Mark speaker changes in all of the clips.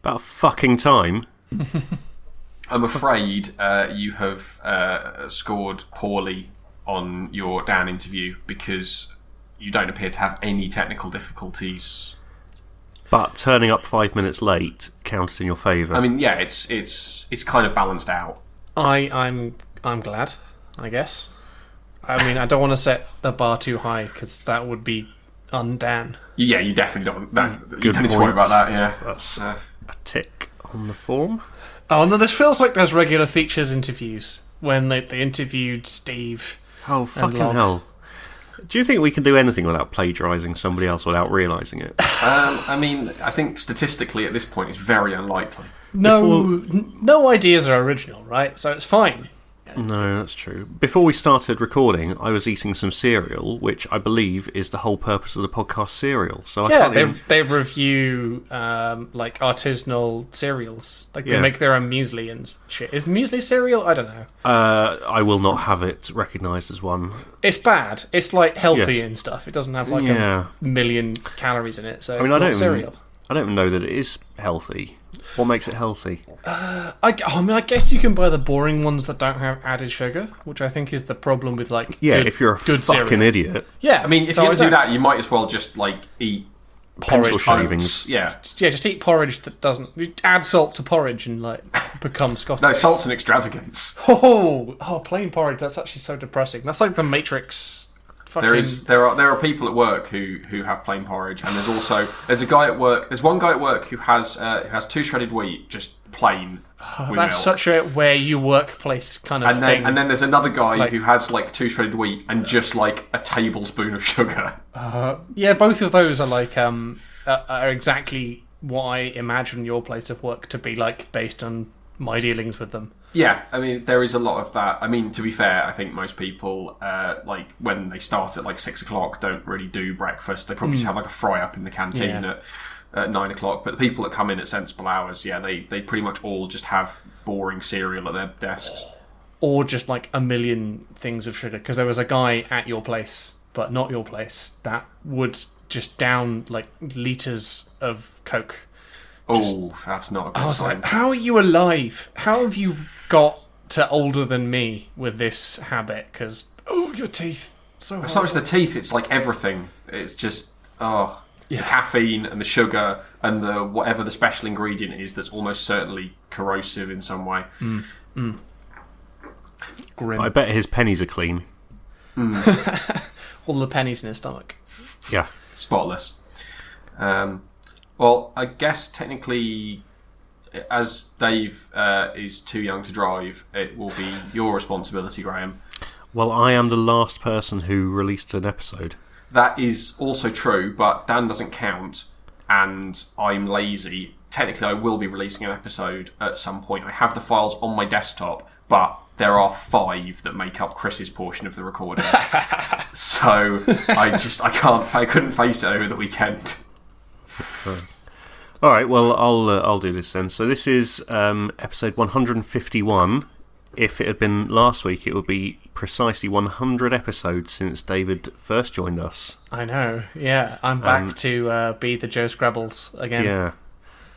Speaker 1: About fucking time.
Speaker 2: I'm afraid uh, you have uh, scored poorly on your down interview because you don't appear to have any technical difficulties.
Speaker 1: But turning up five minutes late counted in your favour.
Speaker 2: I mean, yeah, it's it's it's kind of balanced out.
Speaker 3: I, I'm, I'm glad, I guess. I mean, I don't want to set the bar too high because that would be undan.
Speaker 2: Yeah, you definitely don't. That, you
Speaker 1: Mm, Good
Speaker 2: don't need to worry
Speaker 1: point.
Speaker 2: about that. Yeah,
Speaker 1: That's-
Speaker 2: Uh,
Speaker 1: a tick on the form.
Speaker 3: Oh, and then this feels like those regular features interviews when they, they interviewed Steve.
Speaker 1: Oh, fucking
Speaker 3: log.
Speaker 1: hell. Do you think we can do anything without plagiarising somebody else without realising it?
Speaker 2: um, I mean, I think statistically at this point it's very unlikely.
Speaker 3: No, n- no ideas are original, right? So it's fine.
Speaker 1: No, that's true. Before we started recording, I was eating some cereal, which I believe is the whole purpose of the podcast cereal. So I
Speaker 3: Yeah,
Speaker 1: can't
Speaker 3: they
Speaker 1: even-
Speaker 3: they review um, like artisanal cereals. Like
Speaker 1: Yeah.
Speaker 3: they make their own muesli and shit. Is muesli cereal? I don't know.
Speaker 1: uh, I will not have it recognised as one.
Speaker 3: It's bad. It's like healthy
Speaker 1: Yes.
Speaker 3: and stuff. It doesn't have like
Speaker 1: Yeah.
Speaker 3: a million calories in it, so
Speaker 1: I
Speaker 3: it's
Speaker 1: mean, I
Speaker 3: not
Speaker 1: don't.
Speaker 3: cereal.
Speaker 1: I don't know that it is healthy. What makes it healthy?
Speaker 3: I, I mean, I guess you can buy the boring ones that don't have added sugar, which I think is the problem with like
Speaker 1: Yeah,
Speaker 3: good-
Speaker 1: if you're a
Speaker 3: good
Speaker 1: fucking
Speaker 3: cereal.
Speaker 1: idiot,
Speaker 3: Yeah,
Speaker 2: I mean, if
Speaker 3: so
Speaker 2: you want to do
Speaker 3: don't-
Speaker 2: that, you might as well just like eat
Speaker 1: pencil
Speaker 2: oats.
Speaker 1: shavings.
Speaker 2: Yeah,
Speaker 3: yeah, just eat porridge that doesn't. You add salt to porridge and like become Scottish.
Speaker 2: no, salt's an extravagance.
Speaker 3: Oh, oh, plain porridge. That's actually so depressing. That's like the Matrix. Fucking,
Speaker 2: There is there are there are people at work who who have plain porridge, and there's also there's a guy at work. There's one guy at work who has uh, who has two shredded wheat, just plain. with
Speaker 3: that's
Speaker 2: milk.
Speaker 3: such a where you workplace kind of
Speaker 2: And then,
Speaker 3: thing.
Speaker 2: and then there's another guy
Speaker 3: Like-
Speaker 2: who has like two shredded wheat and just like a tablespoon of sugar.
Speaker 3: yeah, both of those are like um uh, are exactly what I imagine your place of work to be like based on my dealings with them.
Speaker 2: Yeah, I mean there is a lot of that. I mean to be fair, I think most people uh, like when they start at like six o'clock don't really do breakfast. They probably just have like a fry up in the canteen
Speaker 3: Hmm. Yeah.
Speaker 2: at, at nine o'clock. But the people that come in at sensible hours, yeah, they they pretty much all just have boring cereal at their desks.
Speaker 3: or just like a million things of sugar because there was a guy at your place but not your place that would just down like liters of coke
Speaker 2: Oh, that's not a good
Speaker 3: i was
Speaker 2: sign.
Speaker 3: like how are you alive how have you got to older than me with this habit because oh your teeth so
Speaker 2: It's
Speaker 3: hard.
Speaker 2: not just the teeth; it's like everything. It's just oh,
Speaker 3: Yeah.
Speaker 2: the caffeine and the sugar and the whatever the special ingredient is that's almost certainly corrosive in some way.
Speaker 3: grim
Speaker 1: I bet his pennies are clean.
Speaker 3: all the pennies in his stomach
Speaker 1: Yeah.
Speaker 2: spotless. Um, well, I guess technically, as Dave uh, is too young to drive, it will be your responsibility, Graham.
Speaker 1: Well, I am the last person who released an episode.
Speaker 2: That is also true, but Dan doesn't count, and I'm lazy. Technically, I will be releasing an episode at some point. I have the files on my desktop, but there are five that make up Chris's portion of the recording. so I just I can't I couldn't face it over the weekend.
Speaker 1: All right. Well, I'll uh, I'll do this then. So this is um, episode 151. If it had been last week, it would be precisely 100 episodes since David first joined us.
Speaker 3: i know yeah i'm back to uh, be the joe scrabbles again
Speaker 1: Um, Yeah.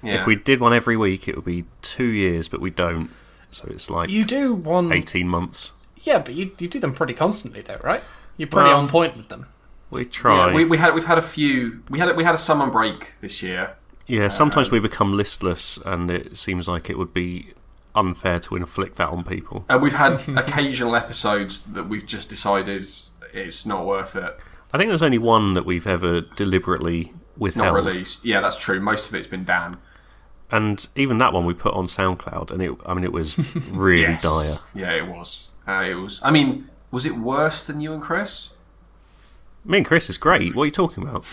Speaker 2: Yeah.
Speaker 1: If we did one every week, it would be two years, but we don't. So it's like
Speaker 3: you do one
Speaker 1: 18 months.
Speaker 3: yeah but you, you do them pretty constantly though right you're pretty
Speaker 1: Well-
Speaker 3: on point with them
Speaker 1: We try.
Speaker 2: Yeah, we, we had we've had a few. We had we had a summer break this year.
Speaker 1: Yeah, sometimes we become listless, and it seems like it would be unfair to inflict that on people.
Speaker 2: And Uh, we've had occasional episodes that we've just decided it's not worth it.
Speaker 1: I think there's only one that we've ever deliberately
Speaker 2: Not
Speaker 1: withheld,
Speaker 2: released. Yeah, that's true. Most of it's been Dan.
Speaker 1: and even that one we put on SoundCloud, and it, I mean, it was really
Speaker 2: Yes.
Speaker 1: dire.
Speaker 2: Yeah, it was. Uh, it was. I mean, was it worse than you and Chris?
Speaker 1: Me and Chris is great. What are you talking about?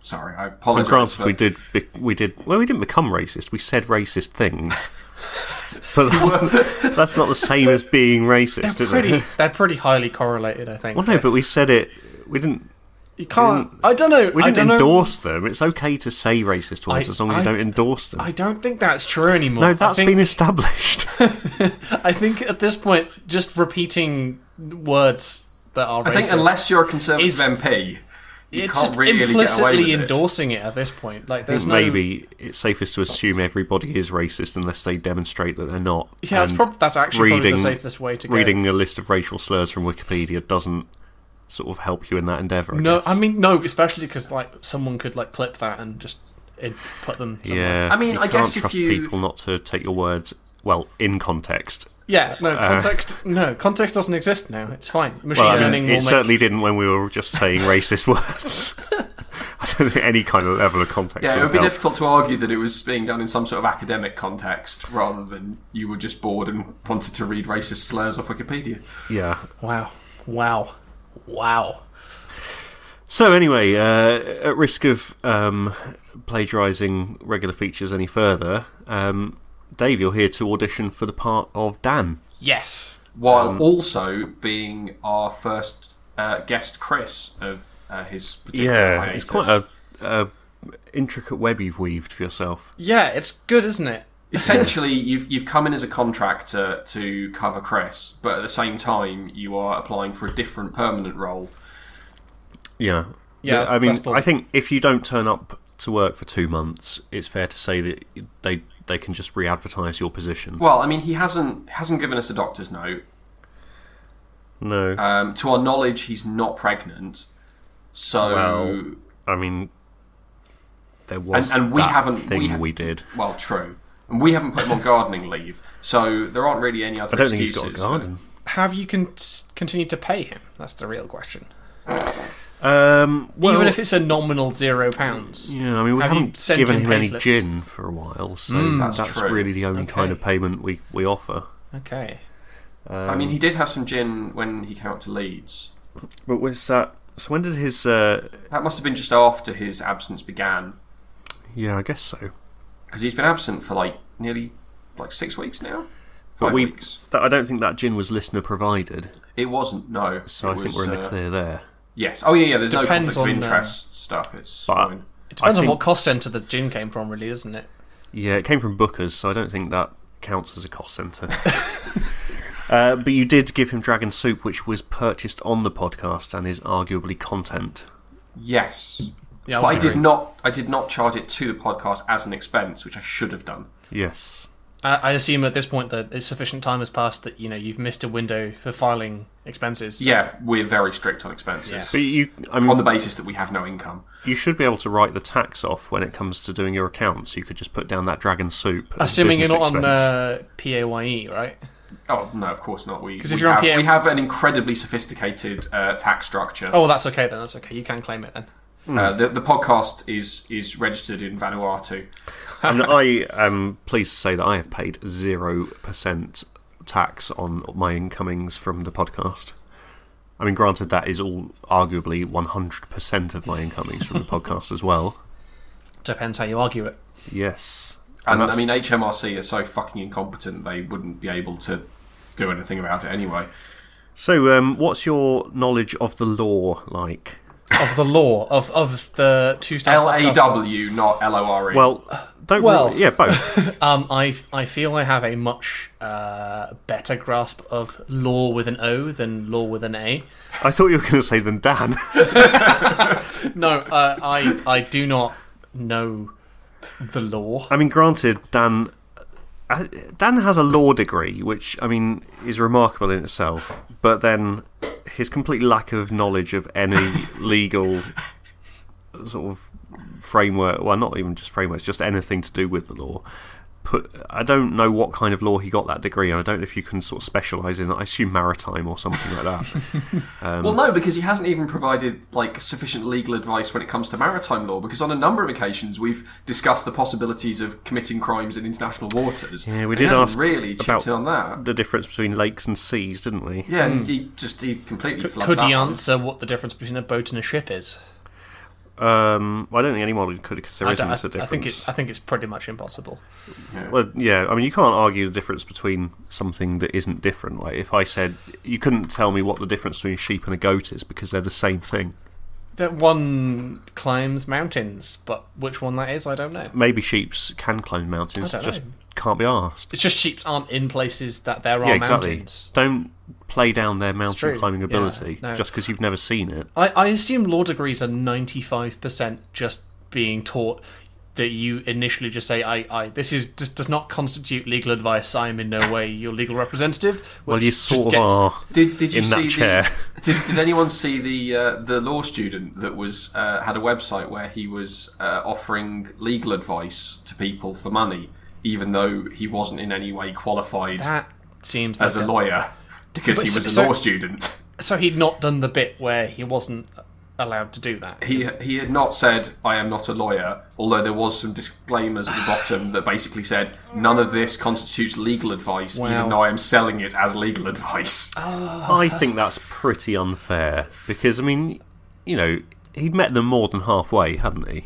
Speaker 2: Sorry, I
Speaker 1: And
Speaker 2: apologise.
Speaker 1: granted,
Speaker 2: for-
Speaker 1: we did, be- we did. Well, we didn't become racist. We said racist things, but that's, that's not the same as being racist, is
Speaker 3: pretty
Speaker 1: it?
Speaker 3: they're pretty highly correlated i think
Speaker 1: Well, no, but we said it. We didn't.
Speaker 3: you can't i don't know
Speaker 1: We
Speaker 3: I
Speaker 1: didn't
Speaker 3: don't
Speaker 1: endorse them. It's okay to say racist words
Speaker 3: I-
Speaker 1: as long as you
Speaker 3: I-
Speaker 1: don't endorse them.
Speaker 3: know, i don't think that's true anymore
Speaker 1: no, that's
Speaker 3: I think,
Speaker 1: been established.
Speaker 3: i think at this point just repeating words that are
Speaker 2: I think
Speaker 3: racist
Speaker 2: unless you're a Conservative
Speaker 3: Is-
Speaker 2: MP, You
Speaker 3: it's
Speaker 2: can't
Speaker 3: just
Speaker 2: really get away
Speaker 3: implicitly
Speaker 2: with it.
Speaker 3: endorsing it at this point. Like, there's no
Speaker 1: Maybe it's safest to assume everybody is racist unless they demonstrate that they're not.
Speaker 3: Yeah, that's,
Speaker 1: And
Speaker 3: prob- that's actually probably the
Speaker 1: reading-
Speaker 3: safest way to go.
Speaker 1: reading a list of racial slurs from Wikipedia doesn't sort of help you in that endeavour. I
Speaker 3: No,
Speaker 1: guess.
Speaker 3: I mean no, especially because like someone could like clip that and just in- put them. Somewhere.
Speaker 1: yeah.
Speaker 2: I mean,
Speaker 1: you
Speaker 2: I
Speaker 1: can't
Speaker 2: guess if
Speaker 1: trust
Speaker 2: you-
Speaker 1: people not to take your words well in context.
Speaker 3: Yeah, no context. no context doesn't exist now. It's fine. Machine
Speaker 1: Uh, Well, I mean,
Speaker 3: learning
Speaker 1: it
Speaker 3: will make.
Speaker 1: certainly didn't when we were just saying racist words. I don't think any kind of level of context.
Speaker 2: Yeah, it would
Speaker 1: would
Speaker 2: be
Speaker 1: help.
Speaker 2: difficult to argue that it was being done in some sort of academic context rather than you were just bored and wanted to read racist slurs off Wikipedia.
Speaker 1: Yeah.
Speaker 3: Wow, wow, wow.
Speaker 1: So anyway, uh, at risk of um, plagiarising regular features any further, um, Dave, you're here to audition for the part of Dan.
Speaker 3: Yes.
Speaker 2: While
Speaker 1: Um,
Speaker 2: also being our first uh, guest, Chris, of uh, his particular hiatus.
Speaker 1: it's quite a, a intricate web you've weaved for yourself.
Speaker 3: Yeah, it's good, isn't it?
Speaker 2: Essentially, you've you've come in as a contractor to cover Chris, but at the same time, you are applying for a different permanent role.
Speaker 1: Yeah.
Speaker 3: Yeah,
Speaker 1: I mean,
Speaker 3: that's plausible.
Speaker 1: I think if you don't turn up to work for two months, it's fair to say that they they can just re-advertise your position.
Speaker 2: Well, I mean, he hasn't hasn't given us a doctor's note.
Speaker 1: No,
Speaker 2: Um, to our knowledge, he's not pregnant. So,
Speaker 1: Well, I mean, there was
Speaker 2: and we
Speaker 1: that
Speaker 2: haven't- we
Speaker 1: thing we,
Speaker 2: ha-
Speaker 1: did.
Speaker 2: well, true. And we haven't put him on gardening leave, so there aren't really any other
Speaker 1: I don't think he's
Speaker 2: excuses.
Speaker 1: got a
Speaker 2: for-
Speaker 1: garden.
Speaker 3: Have you con- continued to pay him? That's the real question.
Speaker 1: Um, well,
Speaker 3: Even if it's a nominal zero pounds.
Speaker 1: yeah, I mean, we
Speaker 3: have you
Speaker 1: haven't
Speaker 3: sent
Speaker 1: given
Speaker 3: him
Speaker 1: him any
Speaker 3: payslips?
Speaker 1: gin for a while, so
Speaker 2: That's
Speaker 1: that's,
Speaker 2: true.
Speaker 1: really the only kind of
Speaker 3: Okay.
Speaker 1: payment we we offer.
Speaker 3: Okay.
Speaker 2: I mean,
Speaker 1: Um,
Speaker 2: he did have some gin when he came up to Leeds.
Speaker 1: But was that? So when did his? Uh,
Speaker 2: That must have been just after his absence began,
Speaker 1: yeah, I guess so.
Speaker 2: because he's been absent for like nearly like six weeks now. Five
Speaker 1: But we,
Speaker 2: weeks.
Speaker 1: that, I don't think that gin was listener provided,
Speaker 2: It wasn't. No.
Speaker 1: so
Speaker 2: it
Speaker 1: I think
Speaker 2: was,
Speaker 1: we're in the
Speaker 2: uh,
Speaker 1: clear there.
Speaker 2: Yes. Oh yeah, yeah. There's
Speaker 3: Depends
Speaker 2: no conflict of
Speaker 3: on, uh,
Speaker 2: interest stuff. It's
Speaker 1: But-
Speaker 2: fine.
Speaker 3: It depends
Speaker 1: I
Speaker 3: on
Speaker 1: think-
Speaker 3: what cost centre the gin came from, really, doesn't it?
Speaker 1: Yeah, it came from Booker's, so I don't think that counts as a cost centre. uh, but you did give him Dragon Soup, which was purchased on the podcast and is arguably content.
Speaker 2: Yes.
Speaker 3: Yeah, I
Speaker 2: but I
Speaker 3: was
Speaker 2: did
Speaker 3: agreeing.
Speaker 2: not. I did not charge it to the podcast as an expense, which I should have done.
Speaker 1: Yes.
Speaker 3: I, I assume at this point that it's sufficient time has passed that you know you've missed a window for filing expenses.
Speaker 2: Yeah, we're very strict on expenses.
Speaker 3: Yeah.
Speaker 1: But you, I mean,
Speaker 2: on the basis that we have no income.
Speaker 1: you should be able to write the tax off when it comes to doing your accounts. You could just put down that Dragon Soup. as a
Speaker 3: Assuming you're not
Speaker 1: business
Speaker 3: on
Speaker 1: expense.
Speaker 3: uh, PAYE, right?
Speaker 2: Oh no, of course not. We
Speaker 3: 'Cause if
Speaker 2: we
Speaker 3: you're on
Speaker 2: have,
Speaker 3: PM
Speaker 2: we have an incredibly sophisticated uh, tax structure.
Speaker 3: Oh, that's okay then. That's okay. You can claim it then.
Speaker 2: Uh, the, the podcast is is registered in Vanuatu.
Speaker 3: uh,
Speaker 1: and I am pleased to say that I have paid zero percent tax on my incomings from the podcast. I mean, granted, that is all arguably one hundred percent of my incomings from the podcast as well.
Speaker 3: Depends how you argue it.
Speaker 1: Yes,
Speaker 2: And I
Speaker 1: that's-
Speaker 2: mean, HMRC are so fucking incompetent they wouldn't be able to do anything about it anyway.
Speaker 1: So, um, what's your knowledge of the law like?
Speaker 3: Of the law of of the two star
Speaker 2: L
Speaker 1: E.
Speaker 2: A W, not L O R E.
Speaker 1: Well, don't.
Speaker 3: Well-
Speaker 1: yeah, both.
Speaker 3: Um, I I feel I have a much uh, better grasp of law with an O than law with an A.
Speaker 1: I thought you were going to say than Dan.
Speaker 3: No, uh, I I do not know the law.
Speaker 1: I mean, granted, Dan uh, Dan has a law degree, which I mean is remarkable in itself. But then his complete lack of knowledge of any legal sort of framework, well, not even just frameworks, just anything to do with the law. Put, I don't know what kind of law he got that degree. in. I don't know if you can sort of specialise in. I assume maritime or something like that.
Speaker 2: Well, no, because he hasn't even provided like sufficient legal advice when it comes to maritime law. Because on a number of occasions we've discussed the possibilities of committing crimes in international waters.
Speaker 1: Yeah, we
Speaker 2: and he
Speaker 1: did
Speaker 2: hasn't
Speaker 1: ask
Speaker 2: really chipped
Speaker 1: about- Hmm.
Speaker 2: in on that.
Speaker 1: the difference between lakes and seas, didn't we?
Speaker 2: Yeah, and he just he completely flubbed
Speaker 3: Could
Speaker 2: that
Speaker 3: he
Speaker 2: one.
Speaker 3: answer what the difference between a boat and a ship is?
Speaker 1: Um, I don't think anyone could because there
Speaker 3: I,
Speaker 1: isn't
Speaker 3: don't- I-
Speaker 1: a difference.
Speaker 3: I think it, I think it's pretty much impossible.
Speaker 1: Well, yeah, I mean, you can't argue the difference between something that isn't different. Like, if I said you couldn't tell me what the difference between a sheep and a goat is because they're the same thing.
Speaker 3: That one climbs mountains, but which one that is, I don't know.
Speaker 1: Maybe sheeps can climb mountains,
Speaker 3: I don't
Speaker 1: just
Speaker 3: know.
Speaker 1: can't be asked.
Speaker 3: It's just sheep aren't in places that there are
Speaker 1: Yeah, exactly.
Speaker 3: mountains.
Speaker 1: Don't play down their mountain
Speaker 3: true.
Speaker 1: climbing
Speaker 3: Yeah,
Speaker 1: ability
Speaker 3: no.
Speaker 1: just because you've never seen it.
Speaker 3: I, I assume law degrees are 95% just being taught that you initially just say, I, I this is this does not constitute legal advice. I am in no way your legal representative.
Speaker 1: Well,
Speaker 3: which
Speaker 1: you
Speaker 3: just
Speaker 1: sort of
Speaker 3: gets-
Speaker 1: are
Speaker 2: Did, did you
Speaker 1: in that
Speaker 2: see
Speaker 1: chair.
Speaker 2: The, did, did anyone see the uh, the law student that was uh, had a website where he was uh, offering legal advice to people for money, even though he wasn't in any way qualified
Speaker 3: That seems
Speaker 2: as a
Speaker 3: like a-
Speaker 2: lawyer because
Speaker 3: But
Speaker 2: he
Speaker 3: so-
Speaker 2: was a
Speaker 3: Ah, so-
Speaker 2: law student.
Speaker 3: So he'd not done the bit where he wasn't allowed to do that.
Speaker 2: He he had not said I am not a lawyer, although there was some disclaimers at the bottom that basically said none of this constitutes legal advice,
Speaker 3: Wow.
Speaker 2: even though I am selling it as legal advice.
Speaker 1: I think that's pretty unfair because I mean, you know, he'd met them more than halfway, hadn't he?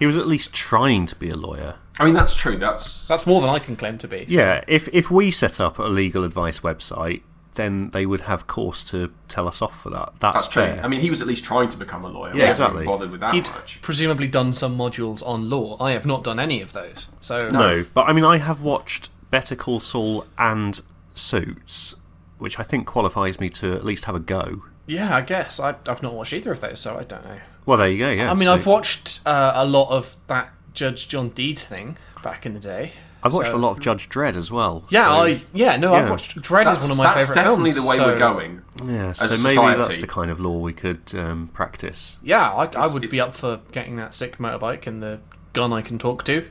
Speaker 1: He was at least trying to be a lawyer.
Speaker 2: I mean that's true. That's
Speaker 3: That's more than I can claim to be.
Speaker 1: Yeah, if if we set up a legal advice website, then they would have course to tell us off for that. That's,
Speaker 2: That's true.
Speaker 1: fair.
Speaker 2: I mean, he was at least trying to become a lawyer.
Speaker 1: Yeah,
Speaker 2: I wasn't
Speaker 1: exactly.
Speaker 2: Bothered with that
Speaker 3: He'd
Speaker 2: much.
Speaker 3: presumably done some modules on law. I have not done any of those. So
Speaker 1: No, but I mean, I have watched Better Call Saul and Suits, which I think qualifies me to at least have a go.
Speaker 3: yeah, I guess I, I've not watched either of those, so I don't know.
Speaker 1: Well, there you go. Yeah,
Speaker 3: I mean,
Speaker 1: so-
Speaker 3: I've watched uh, a lot of that Judge John Deed thing back in the day.
Speaker 1: I've watched
Speaker 3: so-
Speaker 1: a lot of Judge Dredd as well.
Speaker 3: Yeah,
Speaker 1: so-
Speaker 3: I yeah no, I've
Speaker 1: yeah.
Speaker 3: watched Dread is
Speaker 2: That's,
Speaker 3: one of my
Speaker 2: that's
Speaker 3: favorite
Speaker 2: definitely
Speaker 3: films.
Speaker 2: the way
Speaker 3: so-
Speaker 2: we're going.
Speaker 1: yeah. So
Speaker 2: a
Speaker 1: maybe that's
Speaker 2: society.
Speaker 1: the kind of law we could um, practice.
Speaker 3: Yeah, I, I would be up for getting that sick motorbike and the gun I can talk to.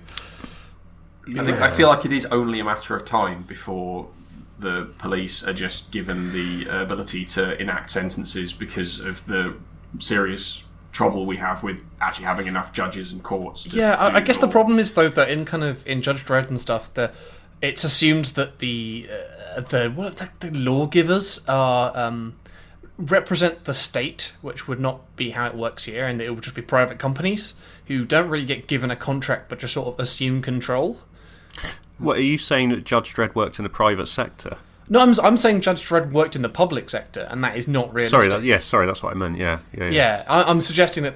Speaker 2: I, think, I feel like it is only a matter of time before the police are just given the ability to enact sentences because of the serious trouble we have with actually having enough judges and courts. to
Speaker 3: Yeah,
Speaker 2: do
Speaker 3: I, I guess the
Speaker 2: law.
Speaker 3: problem is though that in kind of in Judge Dredd and stuff, the it's assumed that the uh, the what the, the lawgivers are um, represent the state, which would not be how it works here, and it would just be private companies who don't really get given a contract but just sort of assume control.
Speaker 1: What are you saying that Judge Dredd worked in the private sector?
Speaker 3: No, I'm I'm saying Judge Dredd worked in the public sector, and that is not realistic.
Speaker 1: Sorry, that, yeah, sorry, that's what I meant. Yeah, yeah, yeah.
Speaker 3: yeah, I, I'm suggesting that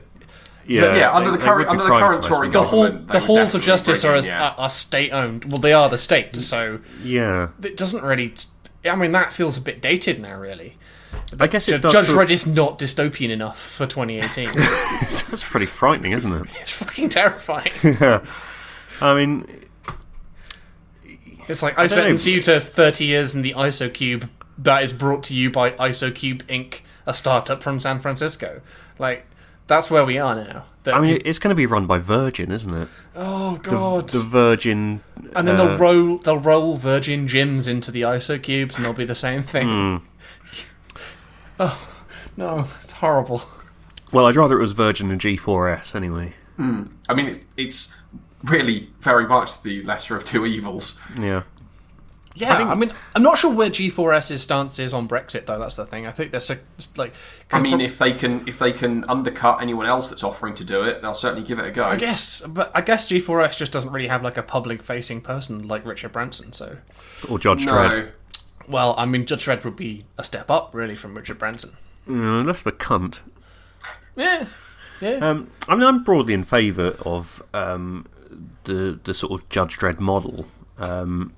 Speaker 2: Yeah, under the
Speaker 1: they
Speaker 2: current-
Speaker 1: would be
Speaker 2: under the
Speaker 1: privatised,
Speaker 2: current Tory
Speaker 1: wouldn't
Speaker 3: the
Speaker 1: they?
Speaker 3: whole
Speaker 2: Government, they
Speaker 3: the
Speaker 2: would
Speaker 3: halls of
Speaker 2: definitely
Speaker 3: justice
Speaker 2: bring
Speaker 3: are
Speaker 2: in,
Speaker 3: as,
Speaker 2: yeah.
Speaker 3: are, are state owned. Well, they are the state, so
Speaker 1: Yeah,
Speaker 3: it doesn't really. I mean, that feels a bit dated now, really.
Speaker 1: I guess it does.
Speaker 3: Judge
Speaker 1: feel-
Speaker 3: Dredd is not dystopian enough for 2018.
Speaker 1: That's pretty frightening, isn't it?
Speaker 3: it's fucking terrifying.
Speaker 1: I mean,
Speaker 3: It's like I
Speaker 1: don't know.
Speaker 3: sentence you to 30 years in the ISO Cube that is brought to you by ISO Cube Inc., a startup from San Francisco. Like that's where we are now. That
Speaker 1: I mean, it's going to be run by Virgin, isn't it?
Speaker 3: oh god.
Speaker 1: The Virgin,
Speaker 3: and then
Speaker 1: uh,
Speaker 3: they'll roll they'll roll Virgin gyms into the ISO cubes, and they'll be the same thing.
Speaker 1: Hmm.
Speaker 3: oh no, it's horrible.
Speaker 1: Well, I'd rather it was Virgin and G4S anyway.
Speaker 2: I mean, it's, it's really very much the lesser of two evils.
Speaker 1: Yeah.
Speaker 3: Yeah, I, mean, I'm not sure where G4S's stance is on Brexit, though. That's the thing. I think there's a like.
Speaker 2: I mean, if they can if they can undercut anyone else that's offering to do it, they'll certainly give it a go.
Speaker 3: I guess, but I guess G4S just doesn't really have like a public-facing person like Richard Branson. So,
Speaker 1: Or Judge Dredd.
Speaker 2: no,
Speaker 3: well, I mean, Judge Dredd would be a step up, really, from Richard Branson.
Speaker 1: Mm, that's the cunt.
Speaker 3: Yeah, yeah.
Speaker 1: Um, I mean, I'm broadly in favour of um, the the sort of Judge Dredd model. Um,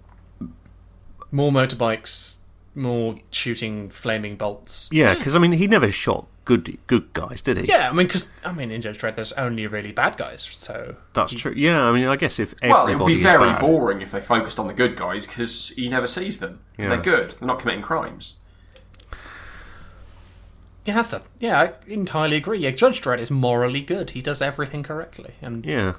Speaker 3: more motorbikes, more shooting flaming bolts.
Speaker 1: yeah,
Speaker 2: Hmm.
Speaker 1: because I mean, he never shot good good guys, did he?
Speaker 3: Yeah, I mean, because I mean, in Judge Dredd, there's only really bad guys. So
Speaker 1: that's true. Yeah, I mean, I guess if
Speaker 2: Well,
Speaker 1: everybody
Speaker 2: it would be
Speaker 1: is
Speaker 2: very
Speaker 1: bad,
Speaker 2: boring if they focused on the good guys because he never sees them. 'Cause
Speaker 1: Yeah.
Speaker 2: They're good. They're not committing crimes.
Speaker 3: yeah, that's the yeah. I entirely agree. Yeah, Judge Dredd is morally good. He does everything correctly, and yeah,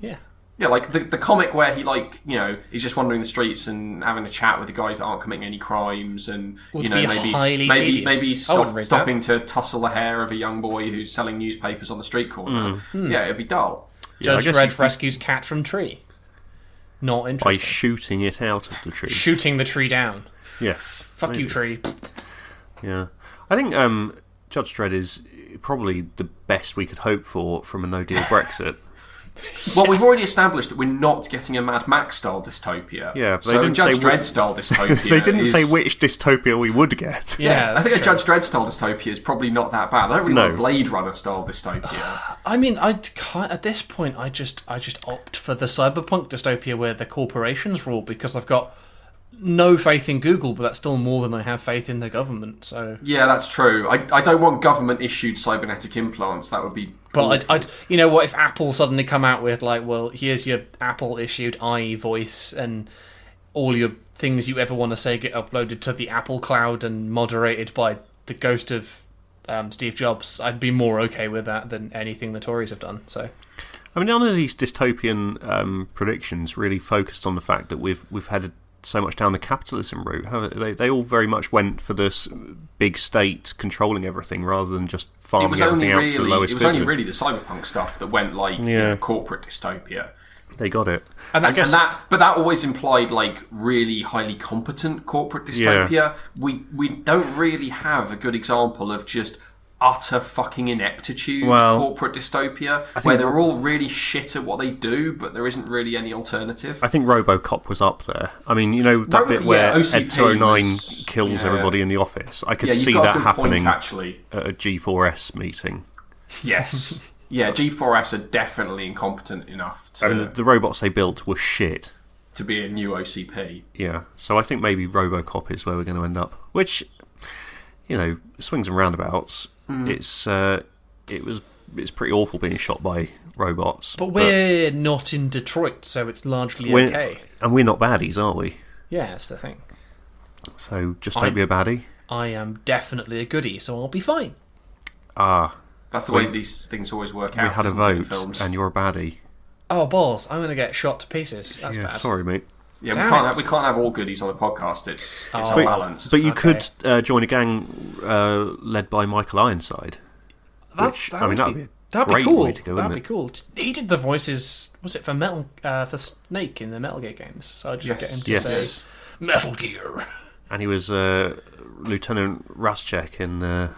Speaker 1: Yeah,
Speaker 2: Yeah, like the, the comic where he like you know he's just wandering the streets and having a chat with the guys that aren't committing any crimes and
Speaker 3: Would
Speaker 2: you know
Speaker 3: be
Speaker 2: maybe
Speaker 3: highly
Speaker 2: maybe
Speaker 3: tedious.
Speaker 2: maybe
Speaker 3: I wouldn't
Speaker 2: stop,
Speaker 3: read
Speaker 2: stopping to tussle the hair of a young boy who's selling newspapers on the street corner.
Speaker 1: Mm.
Speaker 3: Hmm.
Speaker 2: Yeah, it'd be dull.
Speaker 3: Judge
Speaker 1: I guess
Speaker 3: Dredd
Speaker 1: you-
Speaker 3: rescues cat from tree. Not
Speaker 1: by
Speaker 3: interesting.
Speaker 1: shooting it out of the tree.
Speaker 3: Shooting the tree down.
Speaker 1: Yes.
Speaker 3: Fuck you,
Speaker 1: maybe.
Speaker 3: tree.
Speaker 1: Yeah, I think um, Judge Dredd is probably the best we could hope for from a No Deal Brexit.
Speaker 2: Well, we've already established that we're not getting a Mad Max style dystopia.
Speaker 1: Yeah, but they
Speaker 2: so a
Speaker 1: didn't
Speaker 2: Judge
Speaker 1: say
Speaker 2: Dredd
Speaker 1: wh-
Speaker 2: style dystopia.
Speaker 1: they didn't
Speaker 2: is-
Speaker 1: say which dystopia we would get.
Speaker 3: Yeah,
Speaker 2: I think a
Speaker 3: that's true.
Speaker 2: Judge Dredd style dystopia is probably not that bad. I don't really
Speaker 1: No.
Speaker 2: want a Blade Runner style dystopia.
Speaker 3: I mean, I can't, at this point, I just I just opt for the cyberpunk dystopia where the corporations rule because I've got no faith in Google, but that's still more than I have faith in the government. So,
Speaker 2: Yeah, that's true. I, I don't want government issued cybernetic implants. That would be.
Speaker 3: but I, I, you know what? If Apple suddenly come out with like, well, here's your Apple issued IE voice and all your things you ever want to say get uploaded to the Apple Cloud and moderated by the ghost of um, Steve Jobs, I'd be more okay with that than anything the Tories have done. So,
Speaker 1: I mean, none of these dystopian um, predictions really focused on the fact that we've we've headed so much down the capitalism route. haven't They they all very much went for this big state controlling everything rather than just
Speaker 2: it
Speaker 1: farming
Speaker 2: was only
Speaker 1: everything out
Speaker 2: really
Speaker 1: to the lowest
Speaker 2: it was only
Speaker 1: bidder.
Speaker 2: really the cyberpunk stuff that went like you
Speaker 1: Yeah.
Speaker 2: know, corporate dystopia.
Speaker 1: They got it.
Speaker 3: and
Speaker 2: And
Speaker 3: that's
Speaker 2: that, but that always implied like really highly competent corporate
Speaker 1: Yeah.
Speaker 2: dystopia. We we don't really have a good example of just utter fucking ineptitude
Speaker 1: Well,
Speaker 2: corporate dystopia
Speaker 1: think-
Speaker 2: where they're all really shit at what they do, but there isn't really any alternative.
Speaker 1: I think RoboCop was up there. I mean, you know that
Speaker 2: Robo-
Speaker 1: bit where
Speaker 2: yeah, OCP
Speaker 1: Ed 209
Speaker 2: was-
Speaker 1: kills
Speaker 2: yeah.
Speaker 1: everybody in the office. I could
Speaker 2: yeah, you've
Speaker 1: see
Speaker 2: got a
Speaker 1: that
Speaker 2: good
Speaker 1: happening
Speaker 2: point actually.
Speaker 1: at a G4S meeting.
Speaker 2: Yes. yeah, G4S are definitely incompetent enough to,
Speaker 1: And the, the robots they built were shit.
Speaker 2: to be a new OCP.
Speaker 1: Yeah, so I think maybe RoboCop is where we're going to end up. Which, you know, swings and roundabouts.
Speaker 2: Mm.
Speaker 1: It's uh, it was it's pretty awful being shot by robots.
Speaker 3: But we're not in Detroit, so it's largely
Speaker 1: we're-
Speaker 3: okay.
Speaker 1: and we're not baddies, are we?
Speaker 3: Yeah, that's the thing.
Speaker 1: So just don't
Speaker 3: I-
Speaker 1: be a baddie.
Speaker 3: I am definitely a goodie, so I'll be fine.
Speaker 1: Ah,
Speaker 2: That's the way these things always work out.
Speaker 1: we had a
Speaker 2: isn't it, in
Speaker 1: vote,
Speaker 2: films.
Speaker 1: and you're a baddie.
Speaker 3: Oh balls! I'm gonna get shot to pieces. That's
Speaker 1: yeah,
Speaker 3: bad.
Speaker 1: sorry, mate.
Speaker 2: Yeah, we
Speaker 3: Damn
Speaker 2: can't,
Speaker 3: it.
Speaker 2: have, we can't have all goodies on the podcast. It's it's
Speaker 3: Oh.
Speaker 2: unbalanced.
Speaker 1: But you
Speaker 3: Okay.
Speaker 1: could uh, join a gang uh, led by Michael Ironside.
Speaker 3: That,
Speaker 1: Which, I mean, that'd be a
Speaker 3: that'd be
Speaker 1: great
Speaker 3: cool.
Speaker 1: way to go,
Speaker 3: that'd be
Speaker 1: wouldn't
Speaker 3: cool. T- He did the voices. Was it for Metal uh, for Snake in the Metal Gear games? So I just
Speaker 2: Yes.
Speaker 3: get him to
Speaker 1: Yes.
Speaker 3: say Metal Gear.
Speaker 1: And he was uh, Lieutenant Raschek in uh,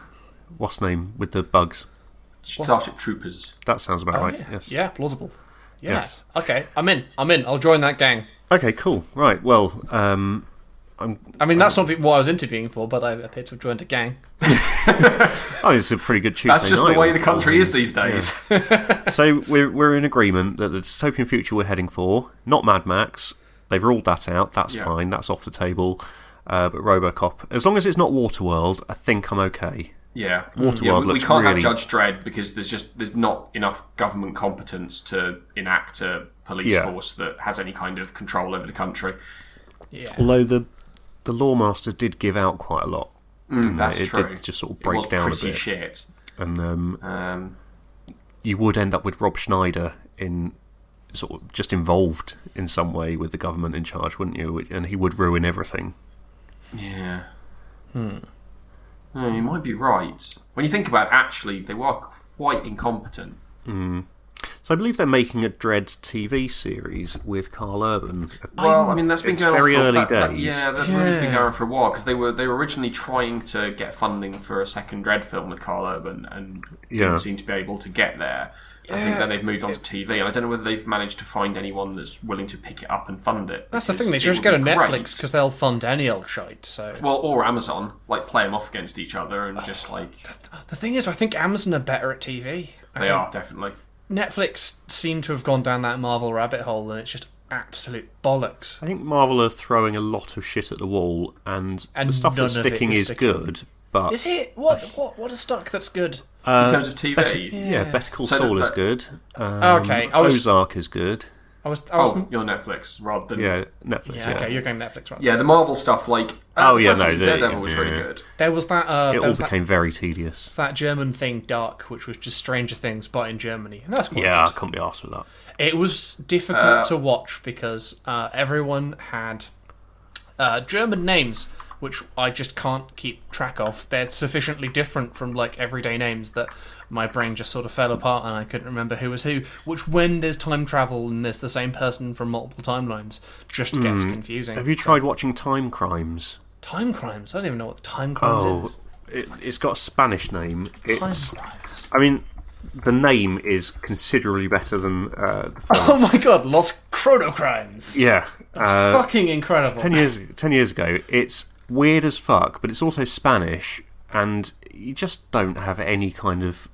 Speaker 1: what's name with the bugs.
Speaker 2: Starship Troopers.
Speaker 1: That sounds about
Speaker 3: Oh,
Speaker 1: right.
Speaker 3: yeah.
Speaker 1: Yes.
Speaker 3: yeah, plausible. Yeah.
Speaker 1: Yes.
Speaker 3: Okay, I'm in. I'm in. I'll join that gang.
Speaker 1: Okay. Cool. Right. Well, um, I'm.
Speaker 3: I mean, that's not the- what I was interviewing for, but I appear to have joined a gang.
Speaker 1: Oh, it's a pretty good Tuesday
Speaker 2: That's just
Speaker 1: night
Speaker 2: the way
Speaker 1: on
Speaker 2: the country is
Speaker 1: Fridays.
Speaker 2: these days.
Speaker 1: Yeah. so we're we're in agreement that the dystopian future we're heading for, not Mad Max. They've ruled that out. That's
Speaker 2: Yeah.
Speaker 1: fine. That's off the table. Uh, but RoboCop, as long as it's not Waterworld, I think I'm okay.
Speaker 2: Yeah,
Speaker 1: Waterworld
Speaker 2: yeah, we, we
Speaker 1: looks
Speaker 2: can't
Speaker 1: really-
Speaker 2: have Judge Dredd because there's just there's not enough government competence to enact a police
Speaker 1: Yeah.
Speaker 2: force that has any kind of control over the country.
Speaker 3: Yeah.
Speaker 1: Although the the Lawmaster did give out quite a lot. didn't
Speaker 2: that's
Speaker 1: Mm, it? It
Speaker 2: true.
Speaker 1: did just sort of
Speaker 2: It was
Speaker 1: break down a
Speaker 2: pretty
Speaker 1: bit,
Speaker 2: shit.
Speaker 1: and um,
Speaker 2: Um,
Speaker 1: you would end up with Rob Schneider in sort of just involved in some way with the government in charge, wouldn't you? Which- And he would ruin everything.
Speaker 2: yeah. Hmm. Hmm, you might be right. When you think about it, actually, they were quite incompetent.
Speaker 1: So I believe they're making a Dread TV series with Carl Urban.
Speaker 2: Well, I mean, that's been
Speaker 1: it's
Speaker 2: going
Speaker 1: very
Speaker 2: on for,
Speaker 1: early
Speaker 2: that, that-
Speaker 1: days.
Speaker 2: yeah, that's has been
Speaker 3: Yeah.
Speaker 2: going on for a while because they were they were originally trying to get funding for a second Dread film with Carl Urban and
Speaker 1: Yeah.
Speaker 2: didn't seem to be able to get there. I think then they've moved on to TV, and I don't know whether they've managed to find anyone that's willing to pick it up and fund it.
Speaker 3: That's the
Speaker 2: because
Speaker 3: thing. They
Speaker 2: it
Speaker 3: should just
Speaker 2: would
Speaker 3: go to
Speaker 2: be great.
Speaker 3: Netflix because they'll fund any old shite. So
Speaker 2: Well, or Amazon, like play them off against each other and just like
Speaker 3: the thing is, I think Amazon are better at TV. I
Speaker 2: they
Speaker 3: think
Speaker 2: are definitely.
Speaker 3: Netflix seem to have gone down that Marvel rabbit hole, and it's just absolute bollocks.
Speaker 1: I think Marvel are throwing a lot of shit at the wall, and, the
Speaker 3: And
Speaker 1: stuff that's
Speaker 3: none of it
Speaker 1: sticking
Speaker 3: is
Speaker 1: is
Speaker 3: sticking.
Speaker 1: good. But
Speaker 3: Is it what what what a stuck that's good?
Speaker 1: Uh,
Speaker 2: In terms of TV,
Speaker 1: Better, yeah. Better Call
Speaker 2: So that-
Speaker 1: Saul is
Speaker 2: that-
Speaker 1: good. Um,
Speaker 3: Okay, I was-
Speaker 1: Ozark is good.
Speaker 3: I was I was
Speaker 2: oh, you're Netflix rather than
Speaker 1: Yeah, Netflix.
Speaker 3: yeah,
Speaker 1: Yeah,
Speaker 3: okay, you're going Netflix right?
Speaker 2: Yeah, the Marvel stuff like uh,
Speaker 1: Oh,
Speaker 2: the
Speaker 1: yeah,
Speaker 2: first
Speaker 1: no,
Speaker 2: season of
Speaker 1: the-
Speaker 2: Daredevil was really
Speaker 1: yeah.
Speaker 2: good.
Speaker 3: There was that uh,
Speaker 1: it
Speaker 3: there
Speaker 1: all
Speaker 3: was that,
Speaker 1: became very tedious.
Speaker 3: that German thing Dark, which was just Stranger Things but in Germany, and that's quite
Speaker 1: Yeah, I
Speaker 3: good.
Speaker 1: couldn't be asked with that.
Speaker 3: It was difficult to watch because uh, everyone had uh, German names, which I just can't keep track of. They're sufficiently different from like everyday names that my brain just sort of fell apart and I couldn't remember who was who. Which, when there's time travel and there's the same person from multiple timelines, just gets confusing.
Speaker 1: Have you tried watching Time Crimes?
Speaker 3: Time crimes? I don't even know what the time crimes
Speaker 1: Oh,
Speaker 3: is.
Speaker 1: it, it's got a Spanish name.
Speaker 3: Time
Speaker 1: It's,
Speaker 3: crimes.
Speaker 1: I mean, the name is considerably better than. Uh, the film.
Speaker 3: Oh my god, Lost Chronocrimes.
Speaker 1: yeah, uh,
Speaker 3: Fucking incredible.
Speaker 1: ten years ten years ago, it's weird as fuck, but it's also Spanish, and you just don't have any kind of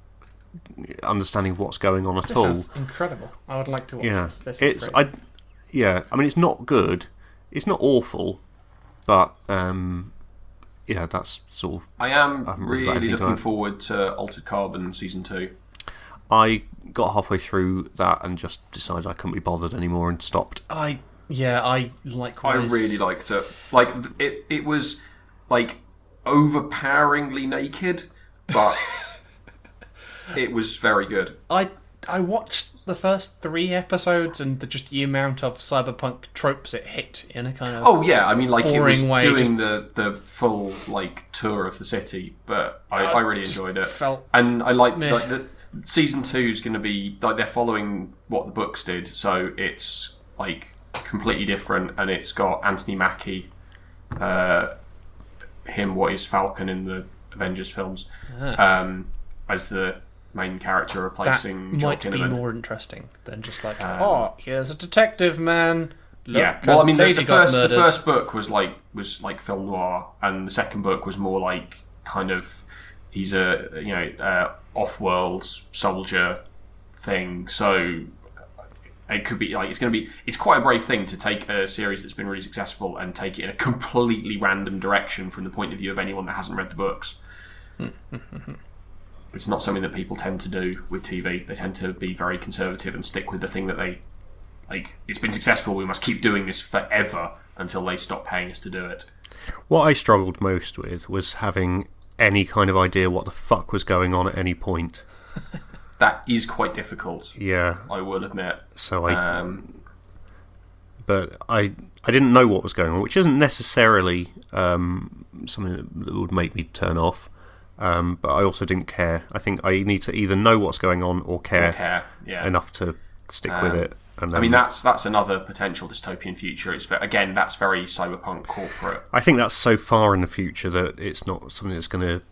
Speaker 1: understanding of what's going on at
Speaker 3: This
Speaker 1: all.
Speaker 3: sounds incredible. I would like to watch
Speaker 1: Yeah,
Speaker 3: this. this is
Speaker 1: it's
Speaker 3: great.
Speaker 1: I. Yeah, I mean, it's not good. It's not awful, But um, yeah, that's sort of.
Speaker 2: I am
Speaker 1: haven't really got
Speaker 2: really
Speaker 1: anything to
Speaker 2: looking
Speaker 1: add.
Speaker 2: forward to Altered Carbon season two.
Speaker 1: I got halfway through that and just decided I couldn't be bothered anymore and stopped.
Speaker 3: I yeah, I
Speaker 2: I
Speaker 3: likewise.
Speaker 2: really liked it. Like th- it, it was like overpoweringly naked, but it was very good.
Speaker 3: I I watched the first three episodes and the just the amount of cyberpunk tropes it hit in a kind of
Speaker 2: Oh yeah, I mean, like it was
Speaker 3: Boring way,
Speaker 2: doing
Speaker 3: just-
Speaker 2: the the full like tour of the city, but I,
Speaker 3: I
Speaker 2: I really
Speaker 3: just
Speaker 2: enjoyed it.
Speaker 3: felt
Speaker 2: and I like
Speaker 3: meh.
Speaker 2: like the season two is going to be like they're following what the books did, so it's like completely different, and it's got Anthony Mackie, uh, him what is Falcon in the Avengers films,
Speaker 3: Uh-huh.
Speaker 2: um, as the main character
Speaker 3: that
Speaker 2: replacing Joel
Speaker 3: might be
Speaker 2: Kinnaman. Um,
Speaker 3: more interesting than just like oh here's a detective man. Look,
Speaker 2: yeah. Well, I mean,
Speaker 3: a
Speaker 2: the,
Speaker 3: lady
Speaker 2: the
Speaker 3: got
Speaker 2: first the
Speaker 3: murdered.
Speaker 2: first book was like was like film noir, and the second book was more like kind of he's a you know uh, off world soldier thing. So uh, it could be like it's going to be it's quite a brave thing to take a series that's been really successful and take it in a completely random direction from the point of view of anyone that hasn't read the books. It's not something that people tend to do with TV. They tend to be very conservative and stick with the thing that they like it's been successful we must keep doing this forever until they stop paying us to do it
Speaker 1: What I struggled most with was having any kind of idea what the fuck was going on at any point.
Speaker 2: that is quite difficult
Speaker 1: Yeah,
Speaker 2: i will admit
Speaker 1: so I
Speaker 2: um,
Speaker 1: but I I didn't know what was going on, which isn't necessarily um, something that- that would make me turn off. Um, but I also didn't care. I think I need to either know what's going on or care,
Speaker 2: care yeah
Speaker 1: enough to stick with it. And
Speaker 2: i mean
Speaker 1: then-
Speaker 2: that's that's another potential dystopian future it's ve- again that's very cyberpunk corporate
Speaker 1: I think that's so far in the future that it's not something that's going to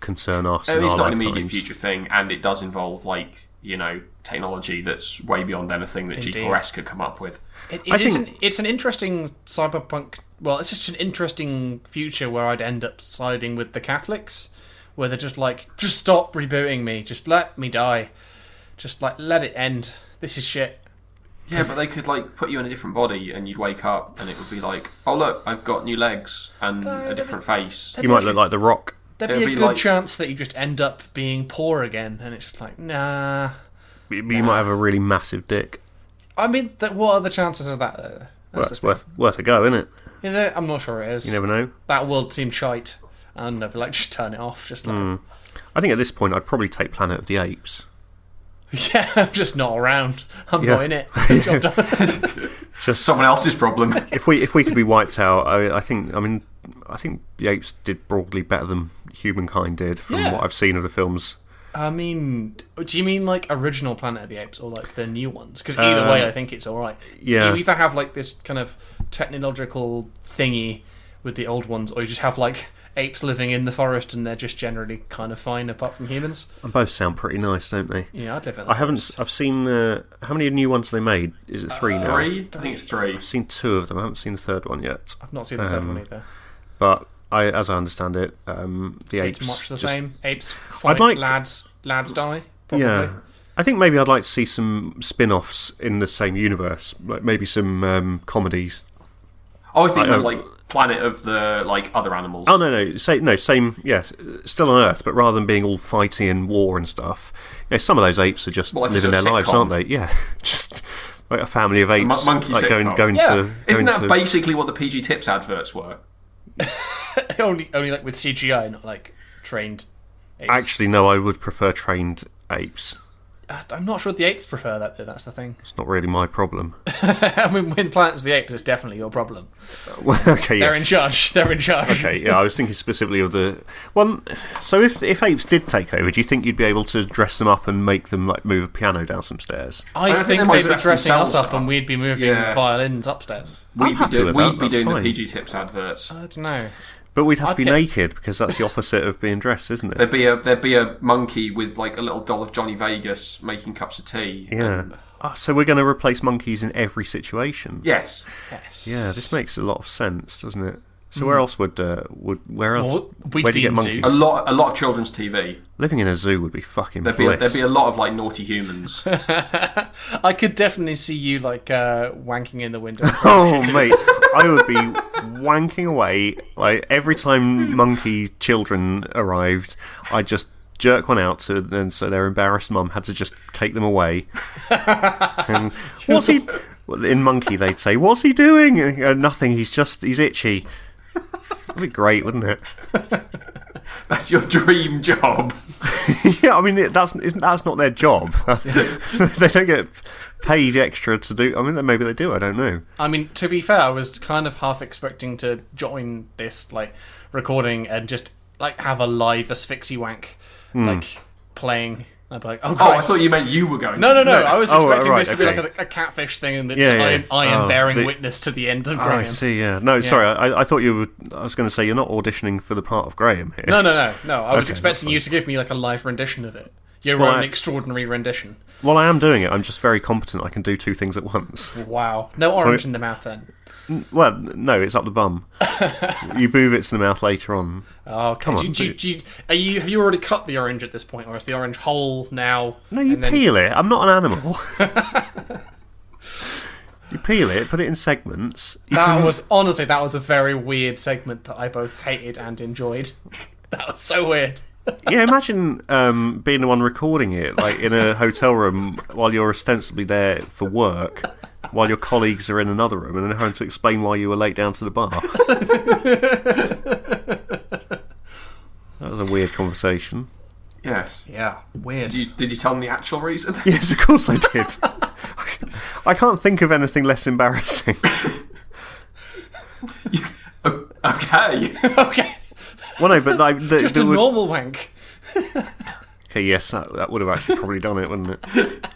Speaker 1: concern us. in
Speaker 2: Oh, it's
Speaker 1: our
Speaker 2: not an
Speaker 1: lifetimes.
Speaker 2: immediate future thing and it does involve like you know technology that's way beyond anything that
Speaker 3: Indeed.
Speaker 2: g4s could come up with
Speaker 3: It,
Speaker 1: I
Speaker 3: it is
Speaker 1: think-
Speaker 3: an, it's an interesting cyberpunk. Well, it's just an interesting future where I'd end up siding with the Catholics, where they're just like, just stop rebooting me, just let me die, just like let it end. This is shit.
Speaker 2: yeah but they could like put you in a different body and you'd wake up and it would be like oh look i've got new legs and a different face
Speaker 1: You might look like The Rock.
Speaker 3: There'd be
Speaker 2: It'd
Speaker 3: a
Speaker 2: be
Speaker 3: good
Speaker 2: like-
Speaker 3: chance that you just end up being poor again, and it's just like, nah.
Speaker 1: but You might have a really massive dick.
Speaker 3: I mean, that what are the chances of that? though?
Speaker 1: Well,
Speaker 3: That's
Speaker 1: that's
Speaker 3: the
Speaker 1: worth worth a go, isn't it?
Speaker 3: thing. Is it? I'm not sure it is.
Speaker 1: You never know.
Speaker 3: That world seemed shite, and I'd be like, just turn it off, just like,
Speaker 1: Hmm. I think at this point I'd probably take Planet of the Apes.
Speaker 3: yeah, I'm just not around. I'm
Speaker 1: Yeah.
Speaker 3: not in it. Good job done.
Speaker 1: Just
Speaker 2: someone else's problem
Speaker 1: if we if we could be wiped out, I, I think I mean I think the apes did broadly better than humankind did from
Speaker 3: Yeah.
Speaker 1: what I've seen of the films.
Speaker 3: I mean, do you mean like original Planet of the Apes or like the new ones? Because either way, I think it's all right.
Speaker 1: Uh, yeah.
Speaker 3: you either have like this kind of technological thingy with the old ones, or you just have like apes living in the forest and they're just generally kind of fine apart from humans.
Speaker 1: And both sound pretty nice, don't they?
Speaker 3: Yeah, I'd live in
Speaker 1: I
Speaker 3: that.
Speaker 1: haven't. s- I've seen uh, how many new ones they made. Is it three now?
Speaker 2: three i think it's three
Speaker 1: I've seen two of them. I haven't seen the third one yet.
Speaker 3: I've not seen the third
Speaker 1: Um,
Speaker 3: one either.
Speaker 1: But I, as I understand it, um, the apes
Speaker 3: It's much the
Speaker 1: just-
Speaker 3: same. Apes fight,
Speaker 1: like-
Speaker 3: lads lads die. Probably.
Speaker 1: Yeah. I think maybe I'd like to see some spin-offs in the same universe, like maybe some um, comedies.
Speaker 2: Oh, I think
Speaker 1: I-
Speaker 2: we're like planet of the like other animals.
Speaker 1: um, Oh no, no, say no, same. Yes, still on Earth, but rather than being all fighty and war and stuff, you know, some of those apes are just
Speaker 2: Well, like a
Speaker 1: living
Speaker 2: sort
Speaker 1: their
Speaker 2: of
Speaker 1: lives,
Speaker 2: sitcom.
Speaker 1: aren't they? Yeah, just like a family of apes,
Speaker 2: monkey
Speaker 1: like going
Speaker 2: sitcom.
Speaker 1: going
Speaker 2: Yeah.
Speaker 1: to going
Speaker 2: Isn't that
Speaker 1: to-
Speaker 2: basically what the PG Tips adverts were?
Speaker 3: only only like with CGI, not like trained. Apes.
Speaker 1: Actually, no, I would prefer trained apes.
Speaker 3: I- Uh, I'm not sure the apes prefer that. Though. That's the thing.
Speaker 1: It's not really my problem.
Speaker 3: I mean, when Planets of the Apes is definitely your problem.
Speaker 1: Well, okay,
Speaker 3: They're
Speaker 1: yes.
Speaker 3: in charge. They're in charge.
Speaker 1: Okay, yeah, I was thinking specifically of the one. So, if if apes did take over, do you think you'd be able to dress them up and make them like move a piano down some stairs?
Speaker 3: I,
Speaker 2: don't
Speaker 3: think,
Speaker 2: think they
Speaker 3: they'd be
Speaker 2: dress
Speaker 3: dressing us
Speaker 2: themselves
Speaker 3: up,
Speaker 2: up.
Speaker 3: and we'd be moving
Speaker 2: Yeah.
Speaker 3: violins upstairs.
Speaker 2: We'd be,
Speaker 1: happy
Speaker 2: do-
Speaker 1: with that,
Speaker 2: we'd be
Speaker 1: that's
Speaker 2: doing
Speaker 1: fine.
Speaker 2: the PG Tips adverts.
Speaker 3: I don't know.
Speaker 1: But we'd have to be
Speaker 3: I'd get-
Speaker 1: naked because that's the opposite of being dressed, isn't it?
Speaker 2: There'd be a there'd be a monkey with like a little doll of Johnny Vegas making cups of tea.
Speaker 1: Yeah. Ah, so we're going to replace monkeys in every situation.
Speaker 2: Yes.
Speaker 3: Yes.
Speaker 1: Yeah, this makes a lot of sense, doesn't it? So
Speaker 2: Mm.
Speaker 1: where else would uh, would where else?
Speaker 3: Well, we'd
Speaker 1: where do
Speaker 3: be
Speaker 1: you get
Speaker 3: in zoos.
Speaker 1: monkeys?
Speaker 2: A lot, a lot of children's TV.
Speaker 1: Living in a zoo would be fucking
Speaker 2: There'd be,
Speaker 1: bliss.
Speaker 2: there'd be a lot of like naughty humans.
Speaker 3: I could definitely see you like uh, wanking in the window.
Speaker 1: Oh mate, I would be wanking away like every time monkey children arrived. I just jerk one out to, and so their embarrassed mum had to just take them away. and what's he? well, In monkey, they'd say, "What's he doing?" And, uh, Nothing. He's just he's itchy. That'd be great, wouldn't it?
Speaker 2: That's your dream job.
Speaker 1: Yeah, I mean it- that's isn't that's not their job. they don't get paid extra to do. I mean, then maybe they do. I don't know.
Speaker 3: I mean, to be fair, I was kind of half expecting to join this like recording and just like have a live asphyxie wank,
Speaker 1: Hmm.
Speaker 3: like playing. I'd be like, oh,
Speaker 2: Oh, I
Speaker 3: Christ.
Speaker 2: thought you meant you were going.
Speaker 3: No,
Speaker 2: to-
Speaker 3: no, no! I was
Speaker 1: Oh,
Speaker 3: expecting
Speaker 1: right,
Speaker 3: this to be
Speaker 1: okay.
Speaker 3: like a, a catfish thing, and that
Speaker 1: Yeah, yeah.
Speaker 3: I, am- I am
Speaker 1: Oh,
Speaker 3: bearing
Speaker 1: the-
Speaker 3: witness to the end of
Speaker 1: Oh, I
Speaker 3: Graham.
Speaker 1: see. Yeah. No, sorry. I, I thought you were. I was going to say you're not auditioning for the part of Graham here.
Speaker 3: No, no, no, no! I was
Speaker 1: Okay,
Speaker 3: expecting you to give me like a live rendition of it. Your
Speaker 1: Well,
Speaker 3: own
Speaker 1: I-
Speaker 3: extraordinary rendition.
Speaker 1: Well, I am doing it. I'm just very competent. I can do two things at once.
Speaker 3: Wow! No orange in the mouth then.
Speaker 1: Well, no, it's up the bum. you move it to the mouth later on.
Speaker 3: Oh, come
Speaker 1: on,
Speaker 3: Do, you-
Speaker 1: dude.
Speaker 3: do you- are you have you already cut the orange at this point, or is the orange whole now?
Speaker 1: No, you
Speaker 3: and then-
Speaker 1: peel it. I'm not an animal. you peel it, put it in segments. You
Speaker 3: That
Speaker 1: can-
Speaker 3: was honestly that was a very weird segment that I both hated and enjoyed. That was so weird.
Speaker 1: yeah, imagine um, being the one recording it, like in a hotel room while you're ostensibly there for work, while your colleagues are in another room, and then having to explain why you were late down to the bar. that was a weird conversation.
Speaker 2: Yes.
Speaker 3: Yeah, weird.
Speaker 2: Did you, did you tell them the actual reason?
Speaker 1: Yes, of course I did. I can't think of anything less embarrassing.
Speaker 2: Oh, okay.
Speaker 3: okay,
Speaker 1: Well, no, but like, the,
Speaker 3: just
Speaker 1: the
Speaker 3: a
Speaker 1: would-
Speaker 3: normal wank.
Speaker 1: Okay, yes, that, that would have actually probably done it, wouldn't it?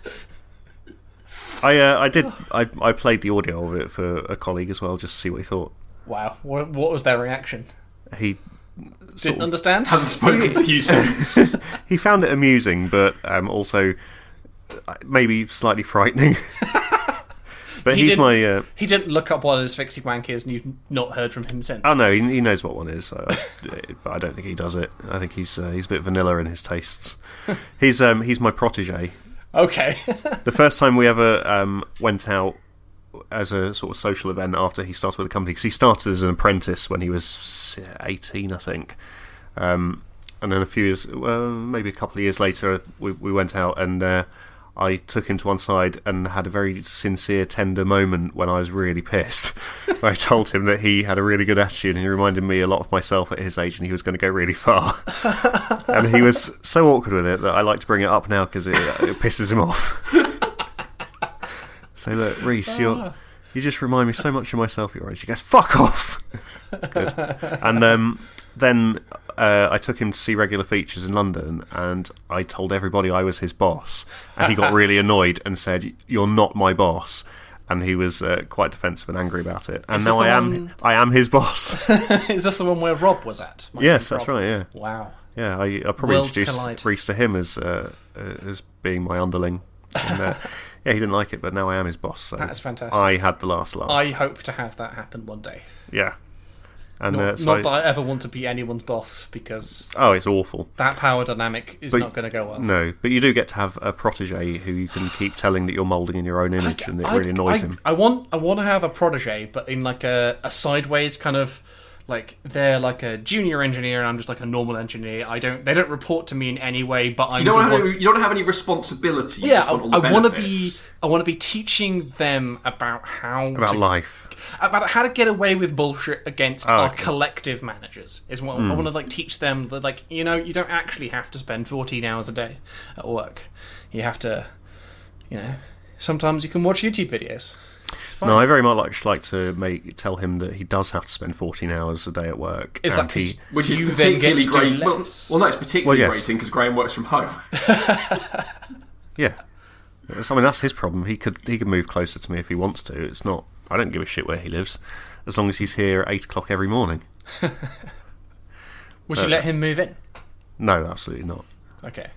Speaker 1: I uh, I did I I played the audio of it for a colleague as well, just to see what he thought.
Speaker 3: Wow, what, what was their reaction?
Speaker 1: He sort
Speaker 3: Didn't
Speaker 1: of,
Speaker 3: understand.
Speaker 2: Hasn't spoken to you since.
Speaker 1: he found it amusing, but um, also uh, maybe slightly frightening. but
Speaker 3: He
Speaker 1: he's
Speaker 3: didn't-
Speaker 1: my uh,
Speaker 3: He didn't look up what his fixie wank is, and you've not heard from him since.
Speaker 1: oh no, he, he knows what one is, so I, but I don't think he does it. I think he's uh, he's a bit vanilla in his tastes. He's um he's my protege.
Speaker 3: okay.
Speaker 1: The first time we ever um, went out as a sort of social event after he started with the company, because he started as an apprentice when he was 18, I think. Um, and then a few years, well, maybe a couple of years later, we, we went out and uh, I took him to one side and had a very sincere, tender moment when I was really pissed. I told him that he had a really good attitude and he reminded me a lot of myself at his age and he was going to go really far. and he was so awkward with it that I like to bring it up now because it, uh, it pisses him off. so look, Reese,
Speaker 3: Ah.
Speaker 1: you're, you just remind me so much of myself at your age. He goes, "Fuck off." It's good. and um, then uh, I took him to see regular features in London, and I told everybody I was his boss, and he got really annoyed and said, "You're not my boss." And he was uh, quite defensive and angry about it. And
Speaker 3: Is this
Speaker 1: now I
Speaker 3: the
Speaker 1: am,
Speaker 3: one-
Speaker 1: I am his boss.
Speaker 3: is this the one where Rob was at? My
Speaker 1: yes,
Speaker 3: friend
Speaker 1: that's
Speaker 3: Rob.
Speaker 1: right. Yeah.
Speaker 3: Wow.
Speaker 1: Yeah, I, I probably
Speaker 3: Worlds collide.
Speaker 1: introduced Reese to him as uh, uh, as being my underling. And, uh, yeah, he didn't like it, but now I am his boss. So
Speaker 3: That's fantastic.
Speaker 1: I had the last laugh.
Speaker 3: I hope to have that happen one day.
Speaker 1: yeah, and
Speaker 3: Not,
Speaker 1: uh, so
Speaker 3: not that I ever want to be anyone's boss because
Speaker 1: oh, it's awful.
Speaker 3: that power dynamic is
Speaker 1: But-
Speaker 3: not going to go well.
Speaker 1: No, but you do get to have a protege who you can keep telling that you're moulding in your own image, and it
Speaker 3: I-
Speaker 1: really annoys
Speaker 3: I-
Speaker 1: him.
Speaker 3: I want I want to have a protege, but in like a, a sideways kind of like they're like a junior engineer and I'm just like a normal engineer. I don't they don't report to me in any way, but I'm
Speaker 2: You don't
Speaker 3: the
Speaker 2: have
Speaker 3: one-
Speaker 2: any, you don't have any responsibility. you
Speaker 3: yeah.
Speaker 2: just
Speaker 3: I,
Speaker 2: want all the
Speaker 3: want to be
Speaker 2: benefits.
Speaker 3: I want to be teaching them about how
Speaker 1: About
Speaker 3: to,
Speaker 1: life,
Speaker 3: about how to get away with bullshit against our
Speaker 1: okay.
Speaker 3: collective managers. Is what I want to like teach them that like you know you don't actually have to spend 14 hours a day at work. You have to, you know, sometimes you can watch YouTube videos. It's fine.
Speaker 1: no, I very much like to make tell him that he does have to spend 14 hours a day at work.
Speaker 3: Is
Speaker 1: and
Speaker 3: that
Speaker 1: he,
Speaker 3: just
Speaker 2: Which is
Speaker 3: you then get
Speaker 2: particularly
Speaker 3: to do
Speaker 2: great. Well,
Speaker 3: less?
Speaker 2: well, no, it's particularly
Speaker 1: Well, yes.
Speaker 2: grating because Graham works from home.
Speaker 1: Yeah. So, I mean, that's his problem. He could he could move closer to me if he wants to. It's not. I don't give a shit where he lives, as long as he's here at eight o'clock every morning.
Speaker 3: Would you let him move in?
Speaker 1: No, absolutely not.
Speaker 3: Okay.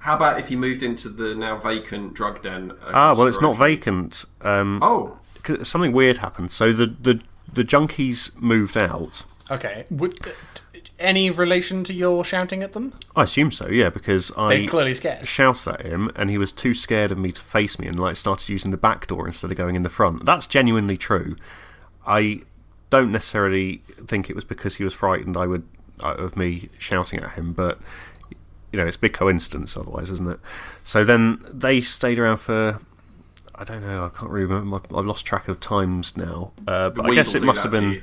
Speaker 2: How about if he moved into the now vacant drug den?
Speaker 1: Ah, well, it's not vacant. Um,
Speaker 2: Oh,
Speaker 1: 'cause something weird happened. So the the the junkies moved out,
Speaker 3: Okay. Would uh, any relation to your shouting at them?
Speaker 1: I assume so, yeah, because
Speaker 3: They
Speaker 1: I
Speaker 3: clearly scared.
Speaker 1: shouted at him and he was too scared of me to face me and like started using the back door instead of going in the front. That's genuinely true. I don't necessarily think it was because he was frightened I would uh, of me shouting at him, but you know, it's a big coincidence otherwise, isn't it? So then they stayed around for I don't know, I can't really remember. I've- I've lost track of times now. Uh, but I
Speaker 2: Weevil
Speaker 1: guess it
Speaker 2: do
Speaker 1: must
Speaker 2: that
Speaker 1: have
Speaker 2: to
Speaker 1: been
Speaker 2: you.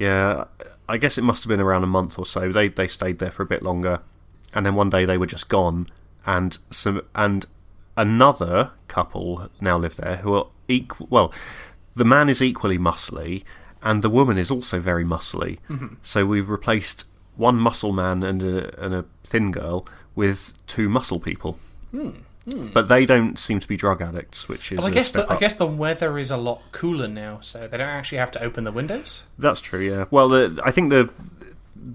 Speaker 1: yeah, I guess it must have been around a month or so. They they stayed there for a bit longer, and then one day they were just gone, and some and another couple now live there who are equal. Well, the man is equally muscly, and the woman is also very muscly. So we've replaced one muscle man and a and a thin girl with two muscle people. But they don't seem to be drug addicts, which is
Speaker 3: Well, I
Speaker 1: a
Speaker 3: guess
Speaker 1: step
Speaker 3: the, I
Speaker 1: up.
Speaker 3: guess the weather is a lot cooler now, so they don't actually have to open the windows.
Speaker 1: That's true. Yeah. Well, the, I think the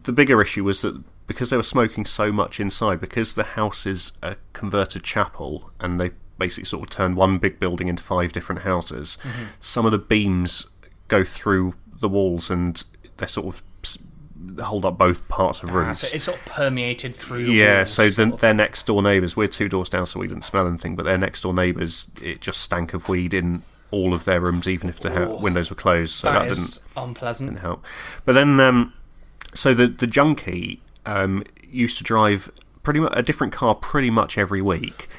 Speaker 1: the bigger issue was that because they were smoking so much inside, because the house is a converted chapel, and they basically sort of turned one big building into five different houses.
Speaker 3: Mm-hmm.
Speaker 1: Some of the beams go through the walls, and they sort of s- hold up both parts of
Speaker 3: Ah,
Speaker 1: roofs.
Speaker 3: so it's sort of permeated through.
Speaker 1: Yeah,
Speaker 3: walls,
Speaker 1: so
Speaker 3: sort
Speaker 1: the,
Speaker 3: of.
Speaker 1: their next door neighbours, we're two doors down, so we didn't smell anything, but their next door neighbours, it just stank of weed in all of their rooms, even if the ha-
Speaker 3: Oh.
Speaker 1: windows were closed. So that,
Speaker 3: that
Speaker 1: didn't
Speaker 3: is unpleasant.
Speaker 1: didn't help. But then, um, so the the junkie um, used to drive pretty much a different car pretty much every week,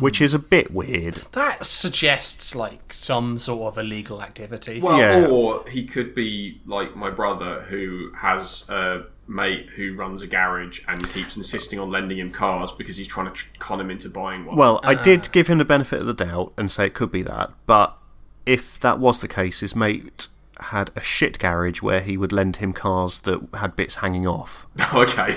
Speaker 1: which is a bit weird.
Speaker 3: That suggests like some sort of illegal activity.
Speaker 2: Well,
Speaker 1: Yeah.
Speaker 2: or he could be like my brother, who has a mate who runs a garage and keeps insisting on lending him cars because he's trying to tr- con him into buying one.
Speaker 1: Well, I did give him the benefit of the doubt and say it could be that, but if that was the case, his mate had a shit garage where he would lend him cars that had bits hanging off.
Speaker 2: okay,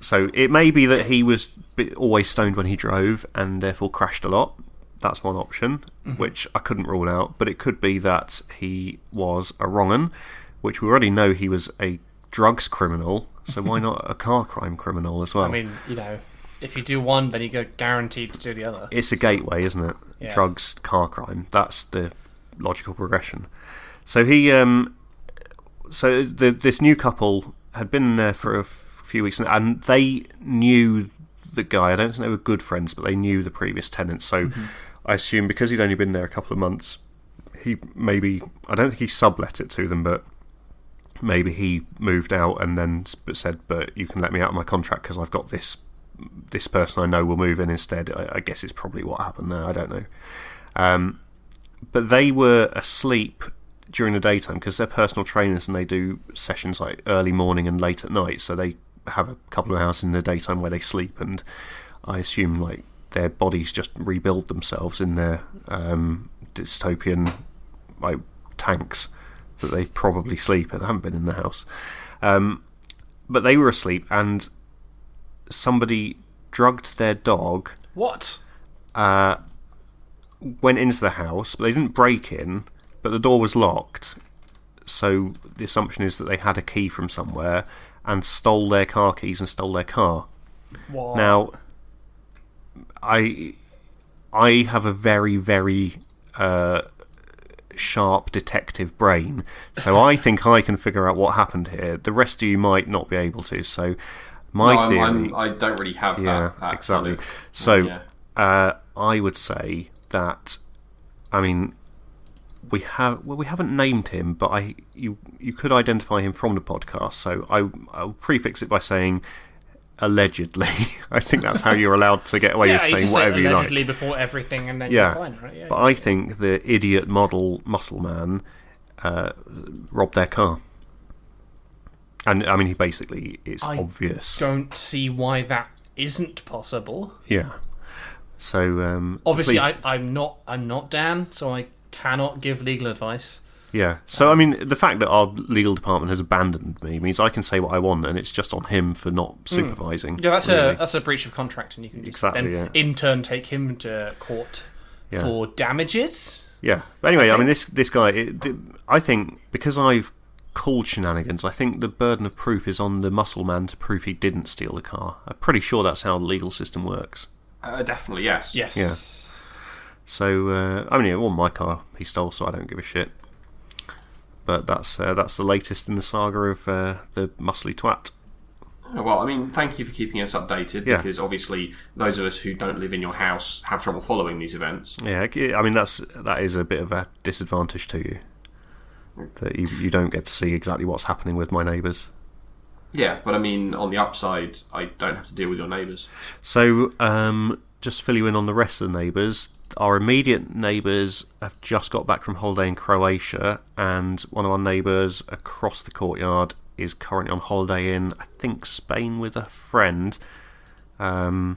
Speaker 1: So it may be that he was bi- always stoned when he drove and therefore crashed a lot. That's one option,
Speaker 3: Mm-hmm.
Speaker 1: which I couldn't rule out. But it could be that he was a wrong'un, which we already know he was a drugs criminal. So why not a car crime criminal as well?
Speaker 3: I mean, you know, if you do one, then you go guaranteed to do the other.
Speaker 1: it's a gateway, isn't it?
Speaker 3: Yeah.
Speaker 1: Drugs, car crime. That's the logical progression. So he, um, so the, this new couple had been there for a f- few weeks, and, and they knew the guy. I don't think they were good friends, but they knew the previous tenant. So I assume because he'd only been there a couple of months, he maybe I don't think he sublet it to them, but maybe he moved out and then s- but said, "But you can let me out of my contract because I've got this this person I know will move in instead." I, I guess it's probably what happened there. I don't know. Um, but they were asleep during the daytime because they're personal trainers and they do sessions like early morning and late at night. So they have a couple of hours in the daytime where they sleep, and I assume like their bodies just rebuild themselves in their um, dystopian like tanks that they probably sleep in. I haven't been in the house, um, but they were asleep and somebody drugged their dog
Speaker 3: What?
Speaker 1: uh, went into the house, but they didn't break in, but the door was locked. So the assumption is that they had a key from somewhere and stole their car keys and stole their car.
Speaker 3: What?
Speaker 1: Now, I I have a very very uh, sharp detective brain, so I think I can figure out what happened here. The rest of you might not be able to. So my
Speaker 2: No, I'm,
Speaker 1: theory,
Speaker 2: I'm, I don't really have
Speaker 1: yeah,
Speaker 2: that. that
Speaker 1: exactly.
Speaker 2: kind of-
Speaker 1: So
Speaker 2: yeah.
Speaker 1: uh, I would say that, I mean, we have well, we haven't named him, but I you you could identify him from the podcast. So I I'll prefix it by saying allegedly. I think that's how you're allowed to get away
Speaker 3: yeah,
Speaker 1: with
Speaker 3: you
Speaker 1: saying
Speaker 3: just say
Speaker 1: whatever you like.
Speaker 3: allegedly before everything, and then
Speaker 1: Yeah,
Speaker 3: you're fine, right? Yeah.
Speaker 1: but I think the idiot model muscle man uh, robbed their car. And I mean, he basically it's
Speaker 3: I
Speaker 1: obvious.
Speaker 3: don't see why that isn't possible.
Speaker 1: Yeah. So um,
Speaker 3: Obviously,
Speaker 1: please-
Speaker 3: I, I'm not. I'm not Dan, so I cannot give legal advice.
Speaker 1: Yeah. So I mean, the fact that our legal department has abandoned me means I can say what I want, and it's just on him for not supervising.
Speaker 3: Hmm. Yeah, that's
Speaker 1: really.
Speaker 3: a that's a breach of contract, and you can just
Speaker 1: Exactly,
Speaker 3: then
Speaker 1: yeah.
Speaker 3: in turn take him to court
Speaker 1: Yeah.
Speaker 3: for damages.
Speaker 1: yeah. But anyway, I mean, this this guy, it, th- I think because I've called shenanigans, I think the burden of proof is on the muscle man to prove he didn't steal the car. I'm pretty sure that's how the legal system works.
Speaker 2: Uh, definitely yes.
Speaker 3: Yes.
Speaker 1: Yeah. So uh, I mean, it wasn't my car he stole, so I don't give a shit. But that's uh, that's the latest in the saga of uh, the muscly twat.
Speaker 2: Oh, Well, I mean, thank you for keeping us updated
Speaker 1: Yeah.
Speaker 2: because obviously those of us who don't live in your house have trouble following these events.
Speaker 1: Yeah, I mean that's that is a bit of a disadvantage to you that you, you don't get to see exactly what's happening with my neighbours.
Speaker 2: Yeah, but I mean, on the upside, I don't have to deal with your neighbours.
Speaker 1: So, um, just to fill you in on the rest of the neighbours. Our immediate neighbours have just got back from holiday in Croatia, and one of our neighbours across the courtyard is currently on holiday in, I think, Spain with a friend. Um,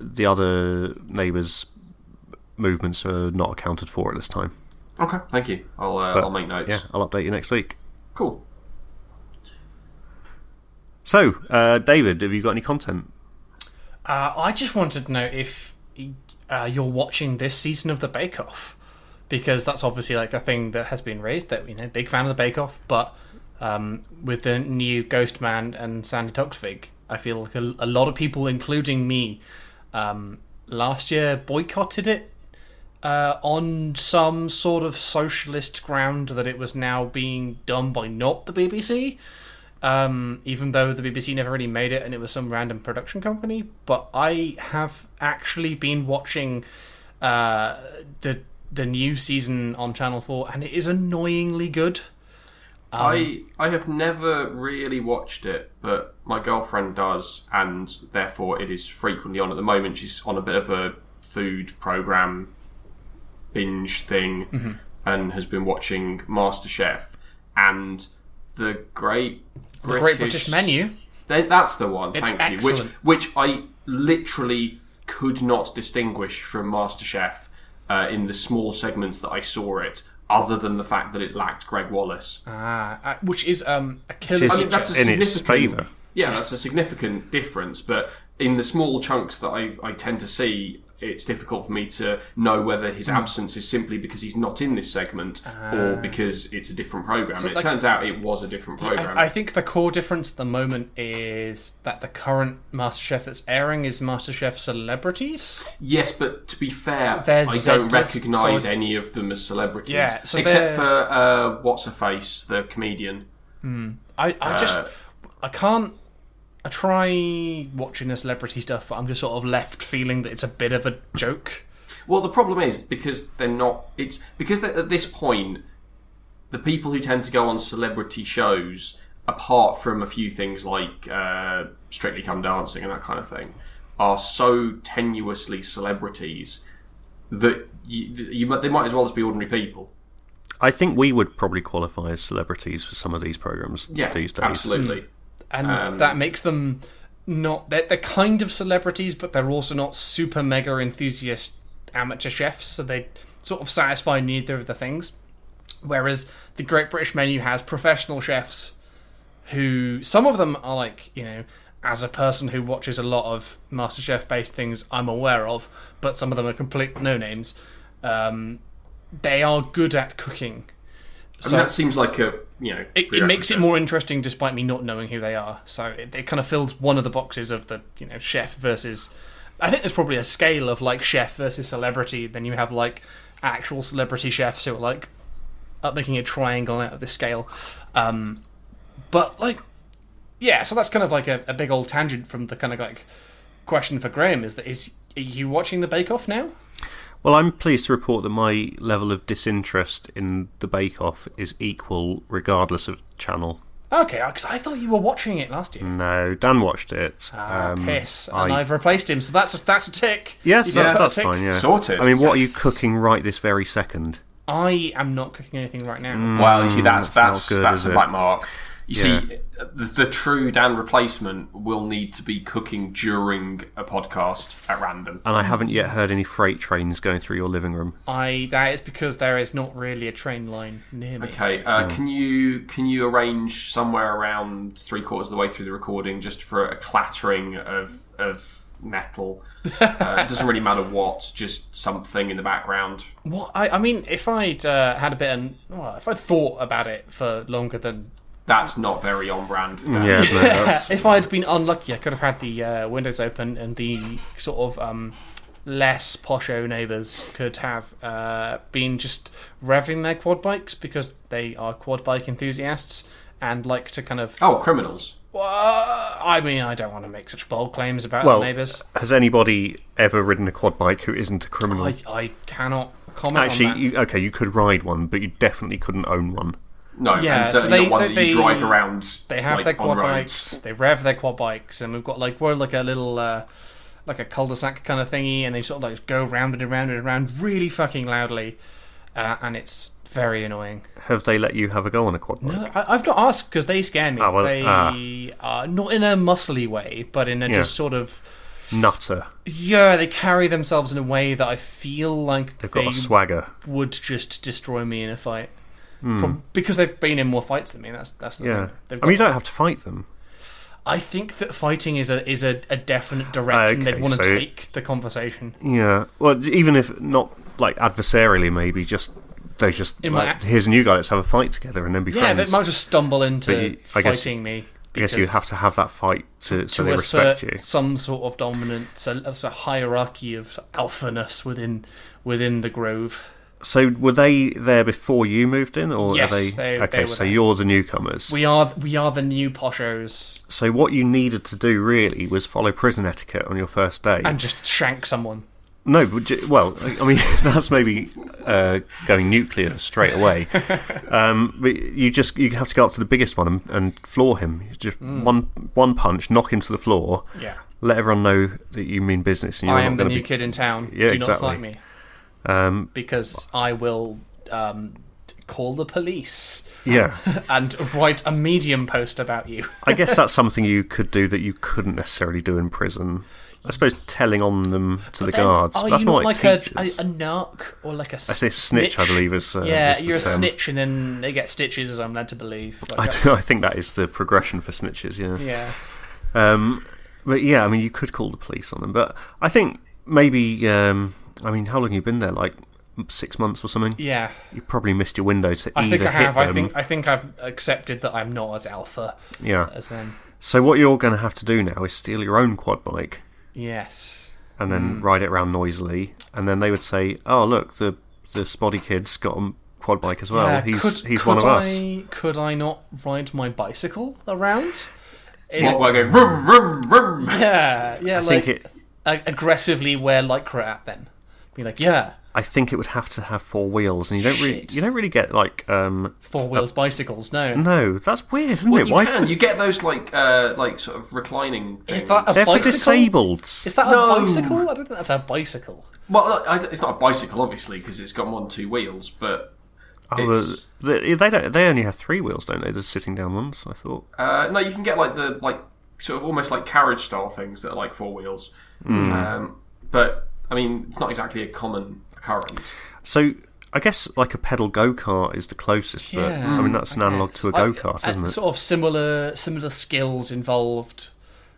Speaker 1: the other neighbours' movements are not accounted for at this time.
Speaker 2: Okay, thank you. I'll uh,
Speaker 1: But,
Speaker 2: I'll make notes.
Speaker 1: Yeah, I'll update you next week.
Speaker 2: Cool.
Speaker 1: So, uh, David, have you got any content?
Speaker 3: Uh, I just wanted to know if uh, you're watching this season of the Bake Off because that's obviously like a thing that has been raised. That you know, big fan of the Bake Off, but um, with the new Ghost Man and Sandy Toksvig, I feel like a, a lot of people, including me, um, last year boycotted it uh, on some sort of socialist ground that it was now being done by not the BBC um, even though the BBC never really made it and it was some random production company. But I have actually been watching uh, the the new season on Channel Four, and it is annoyingly good. Um,
Speaker 2: I I have never really watched it, but my girlfriend does, and therefore it is frequently on at the moment. She's on a bit of a food program binge thing,
Speaker 3: Mm-hmm.
Speaker 2: and has been watching MasterChef and the Great British,
Speaker 3: Great British Menu.
Speaker 2: Th- that's the one.
Speaker 3: It's
Speaker 2: thank you.
Speaker 3: excellent.
Speaker 2: Which which I literally could not distinguish from MasterChef uh, in the small segments that I saw it, other than the fact that it lacked Greg Wallace.
Speaker 3: Ah, uh, which is um, a killer.
Speaker 1: It's
Speaker 2: I mean, that's a
Speaker 1: in its
Speaker 2: significant-
Speaker 1: favour.
Speaker 2: Yeah, that's a significant difference, but in the small chunks that I, I tend to see, it's difficult for me to know whether
Speaker 3: Hmm.
Speaker 2: his absence is simply because he's not in this segment or because it's a different program. it
Speaker 3: Ah. like-
Speaker 2: turns out it was a different program.
Speaker 3: I, I think the core difference at the moment is that the current MasterChef that's airing is MasterChef celebrities.
Speaker 2: yes, but to be fair,
Speaker 3: There's
Speaker 2: I don't
Speaker 3: Z list,
Speaker 2: recognise
Speaker 3: so-
Speaker 2: any of them as celebrities,
Speaker 3: Yeah, so
Speaker 2: except
Speaker 3: they're-
Speaker 2: for uh, what's her face, the comedian.
Speaker 3: I, I just
Speaker 2: Uh,
Speaker 3: I can't I try watching the celebrity stuff, but I'm just sort of left feeling that it's a bit of a joke.
Speaker 2: Well, the problem is because they're not. It's because they're- at this point, the people who tend to go on celebrity shows, apart from a few things like uh, Strictly Come Dancing and that kind of thing, are so tenuously celebrities that you, that you might- they might as well just be ordinary people.
Speaker 1: I think we would probably qualify as celebrities for some of these programs
Speaker 2: Yeah,
Speaker 1: these days.
Speaker 2: absolutely.
Speaker 3: and
Speaker 2: Um,
Speaker 3: that makes them not they're, they're kind of celebrities but they're also not super mega enthusiast amateur chefs so they sort of satisfy neither of the things whereas the great british menu has professional chefs who some of them are like you know as a person who watches a lot of masterchef based things i'm aware of but some of them are complete no names um, they are good at cooking
Speaker 2: I
Speaker 3: So-
Speaker 2: mean, that seems like a you know.
Speaker 3: it, it makes it more interesting despite me not knowing who they are. So it, it kind of fills one of the boxes of the you know chef versus. I think there's probably a scale of like chef versus celebrity. Then you have like actual celebrity chefs who are like up making a triangle out of this scale. Um, but like, yeah. So that's kind of like a, a big old tangent from the kind of like question for Graham is that is are you watching the Bake Off now?
Speaker 1: Well, I'm pleased to report that my level of disinterest in the Bake Off is equal regardless of channel.
Speaker 3: Okay, because I thought you were watching it last year.
Speaker 1: No, Dan watched it.
Speaker 3: Ah,
Speaker 1: Um,
Speaker 3: piss, and
Speaker 1: I-
Speaker 3: I've replaced him, so that's a, that's a tick.
Speaker 1: Yes,
Speaker 3: You
Speaker 1: that-
Speaker 3: got a
Speaker 1: that's
Speaker 3: tick.
Speaker 1: fine. Yeah,
Speaker 2: Sorted.
Speaker 1: I mean, what
Speaker 3: Yes.
Speaker 1: are you cooking right this very second?
Speaker 3: I am not cooking anything right now.
Speaker 1: Mm.
Speaker 2: Well, you see, that's that's
Speaker 1: that's not
Speaker 2: that's,
Speaker 1: good, is
Speaker 2: a
Speaker 1: it?
Speaker 2: black mark. You
Speaker 1: Yeah.
Speaker 2: see, the, the true Dan replacement will need to be cooking during a podcast at random.
Speaker 1: And I haven't yet heard any freight trains going through your living room.
Speaker 3: I that is because there is not really a train line near me.
Speaker 2: Okay, uh,
Speaker 1: mm.
Speaker 2: can you can you arrange somewhere around three quarters of the way through the recording just for a clattering of of metal? uh, it doesn't really matter what, just something in the background.
Speaker 3: What I, I mean, if I'd uh, had a bit, and well, if I'd thought about it for longer than,
Speaker 2: That's not very on brand. For Dan.
Speaker 1: Yeah, no, that's,
Speaker 3: if I'd been unlucky, I could have had the uh, windows open and the sort of um, less posho neighbours could have uh, been just revving their quad bikes because they are quad bike enthusiasts and like to kind of.
Speaker 2: Oh, criminals.
Speaker 3: Well, I mean, I don't want to make such bold claims about
Speaker 1: Well,
Speaker 3: the neighbours.
Speaker 1: has anybody ever ridden a quad bike who isn't a criminal?
Speaker 3: I, I cannot comment on
Speaker 1: Actually,
Speaker 3: that.
Speaker 1: you, okay, you could ride one, but you definitely couldn't own one.
Speaker 2: No,
Speaker 3: Yeah,
Speaker 2: and
Speaker 3: so
Speaker 2: certainly
Speaker 3: they-
Speaker 2: not one
Speaker 3: they-
Speaker 2: that you
Speaker 3: they-
Speaker 2: drive around.
Speaker 3: they have
Speaker 2: like,
Speaker 3: their
Speaker 2: on
Speaker 3: quad
Speaker 2: roads.
Speaker 3: bikes. They rev their quad bikes, and we've got like we're like a little uh, like a cul-de-sac kind of thingy, and they sort of like go round and around and around really fucking loudly, uh, and it's very annoying.
Speaker 1: Have they let you have a go on a quad bike?
Speaker 3: No, I, I've not asked because they scare me.
Speaker 1: Ah, well,
Speaker 3: they are not in a muscly way, but in a just sort of
Speaker 1: Nutter.
Speaker 3: yeah. They carry themselves in a way that I feel like
Speaker 1: They've got
Speaker 3: they
Speaker 1: a swagger.
Speaker 3: would just destroy me in a fight. Prob- Because they've been in more fights than me. That's that's the
Speaker 1: Hmm. Yeah.
Speaker 3: thing.
Speaker 1: I
Speaker 3: They've
Speaker 1: mean, you
Speaker 3: got-
Speaker 1: don't have to fight them.
Speaker 3: I think that fighting is a is a, a definite direction
Speaker 1: Ah, Okay,
Speaker 3: they'd want to
Speaker 1: so-
Speaker 3: take the conversation.
Speaker 1: Yeah. Well, even if not like adversarially, maybe just they just
Speaker 3: It
Speaker 1: like,
Speaker 3: might-
Speaker 1: here's a new guy. Let's have a fight together and then be
Speaker 3: Yeah,
Speaker 1: friends.
Speaker 3: they might just stumble into
Speaker 1: But you- I
Speaker 3: fighting
Speaker 1: guess-
Speaker 3: me.
Speaker 1: I guess you
Speaker 3: because
Speaker 1: have to have that fight to, so
Speaker 3: to
Speaker 1: they
Speaker 3: assert
Speaker 1: respect you.
Speaker 3: some sort of dominance, a, that's a hierarchy of alphaness within within the grove.
Speaker 1: So were they there before you moved in, or
Speaker 3: Yes,
Speaker 1: are they?
Speaker 3: they- they
Speaker 1: okay,
Speaker 3: were
Speaker 1: so
Speaker 3: there.
Speaker 1: you're the newcomers.
Speaker 3: We are we are the new poshos
Speaker 1: so what you needed to do really was follow prison etiquette on your first day.
Speaker 3: and just shank someone.
Speaker 1: No, but ju- well, I mean that's maybe uh, going nuclear straight away. Um, but you just you have to go up to the biggest one and, and floor him. You Just one one punch, knock him to the floor.
Speaker 3: Mm. Yeah.
Speaker 1: Let everyone know that you mean business. And you're
Speaker 3: I
Speaker 1: not
Speaker 3: am the
Speaker 1: gonna
Speaker 3: new
Speaker 1: be,
Speaker 3: kid in town.
Speaker 1: Yeah,
Speaker 3: Do not
Speaker 1: exactly.
Speaker 3: fight me.
Speaker 1: Um,
Speaker 3: Because I will um, call the police
Speaker 1: yeah,
Speaker 3: and write a medium post about you.
Speaker 1: I guess that's something you could do that you couldn't necessarily do in prison. I suppose telling on them to the
Speaker 3: Then
Speaker 1: guards.
Speaker 3: Are
Speaker 1: but that's
Speaker 3: you
Speaker 1: more
Speaker 3: not
Speaker 1: like,
Speaker 3: like, a, a,
Speaker 1: teachers.
Speaker 3: a narc or like a
Speaker 1: I say snitch, I believe, is, uh,
Speaker 3: yeah,
Speaker 1: is the
Speaker 3: you're a
Speaker 1: term.
Speaker 3: snitch, and then they get stitches, as I'm led to believe. Like,
Speaker 1: I,
Speaker 3: that's-
Speaker 1: do, I think that is the progression for snitches. Yeah.
Speaker 3: Yeah,
Speaker 1: Um, but yeah, I mean, you could call the police on them, but I think maybe. Um, I mean, how long have you been there? Like six months or something.
Speaker 3: yeah.
Speaker 1: You probably missed your window to
Speaker 3: I
Speaker 1: either
Speaker 3: think I
Speaker 1: hit
Speaker 3: have. I
Speaker 1: them.
Speaker 3: think I think I've accepted that I'm not as alpha
Speaker 1: yeah.
Speaker 3: as them.
Speaker 1: So what you're going to have to do now is steal your own quad bike
Speaker 3: Yes.
Speaker 1: and
Speaker 3: Mm.
Speaker 1: then ride it around noisily, and then they would say, "Oh, look, the the spotty kid's got a quad bike as well.
Speaker 3: Yeah,
Speaker 1: he's
Speaker 3: Uh, could,
Speaker 1: he's
Speaker 3: could
Speaker 1: one of
Speaker 3: I,
Speaker 1: us."
Speaker 3: Could I not ride my bicycle around? In-
Speaker 2: Well, we're going vroom, vroom, vroom.
Speaker 3: yeah, yeah.
Speaker 1: I
Speaker 3: like
Speaker 1: think it.
Speaker 3: ag- aggressively wear lycra at them. Be like, yeah,
Speaker 1: I think it would have to have four wheels, and you don't really
Speaker 3: Shit.
Speaker 1: you don't really get like um
Speaker 3: four wheeled bicycles. No.
Speaker 1: no that's weird, isn't
Speaker 2: Well,
Speaker 1: it?
Speaker 2: you
Speaker 1: Why
Speaker 2: can. You get those like uh, like sort of reclining. Things.
Speaker 3: Is that a
Speaker 1: they're for
Speaker 3: bicycle?
Speaker 1: disabled?
Speaker 3: Is that
Speaker 2: No.
Speaker 3: a bicycle? I don't think that's a bicycle.
Speaker 2: well? I, it's not a bicycle, obviously, because it's got more than two wheels. But
Speaker 1: Oh, the,
Speaker 2: It's-
Speaker 1: the, they don't. They only have three wheels, don't they? The sitting down ones. I thought.
Speaker 2: uh, no, you can get like the like sort of almost like carriage style things that are like four wheels.
Speaker 1: Hmm.
Speaker 2: Um, but I mean, it's not exactly a common occurrence.
Speaker 1: So I guess like a pedal go kart is the closest. But I mean that's an analog to a
Speaker 3: I-
Speaker 1: go kart,
Speaker 3: I-
Speaker 1: isn't it?
Speaker 3: uh, Sort of similar similar skills involved,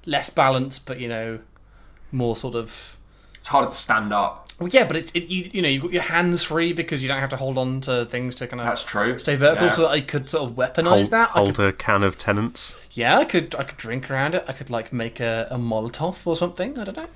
Speaker 3: less balance, but you know, more sort of.
Speaker 2: It's harder to stand up.
Speaker 3: Well, yeah, but it's it, you, you know you've got your hands free because you don't have to hold on to things to kind of
Speaker 2: That's true.
Speaker 3: stay vertical.
Speaker 2: Yeah.
Speaker 3: So I could sort of weaponize
Speaker 1: Hold,
Speaker 3: that. I
Speaker 1: hold
Speaker 3: could,
Speaker 1: a can of tenants.
Speaker 3: yeah, I could I could drink around it. I could like make a, a Molotov or something. I don't know.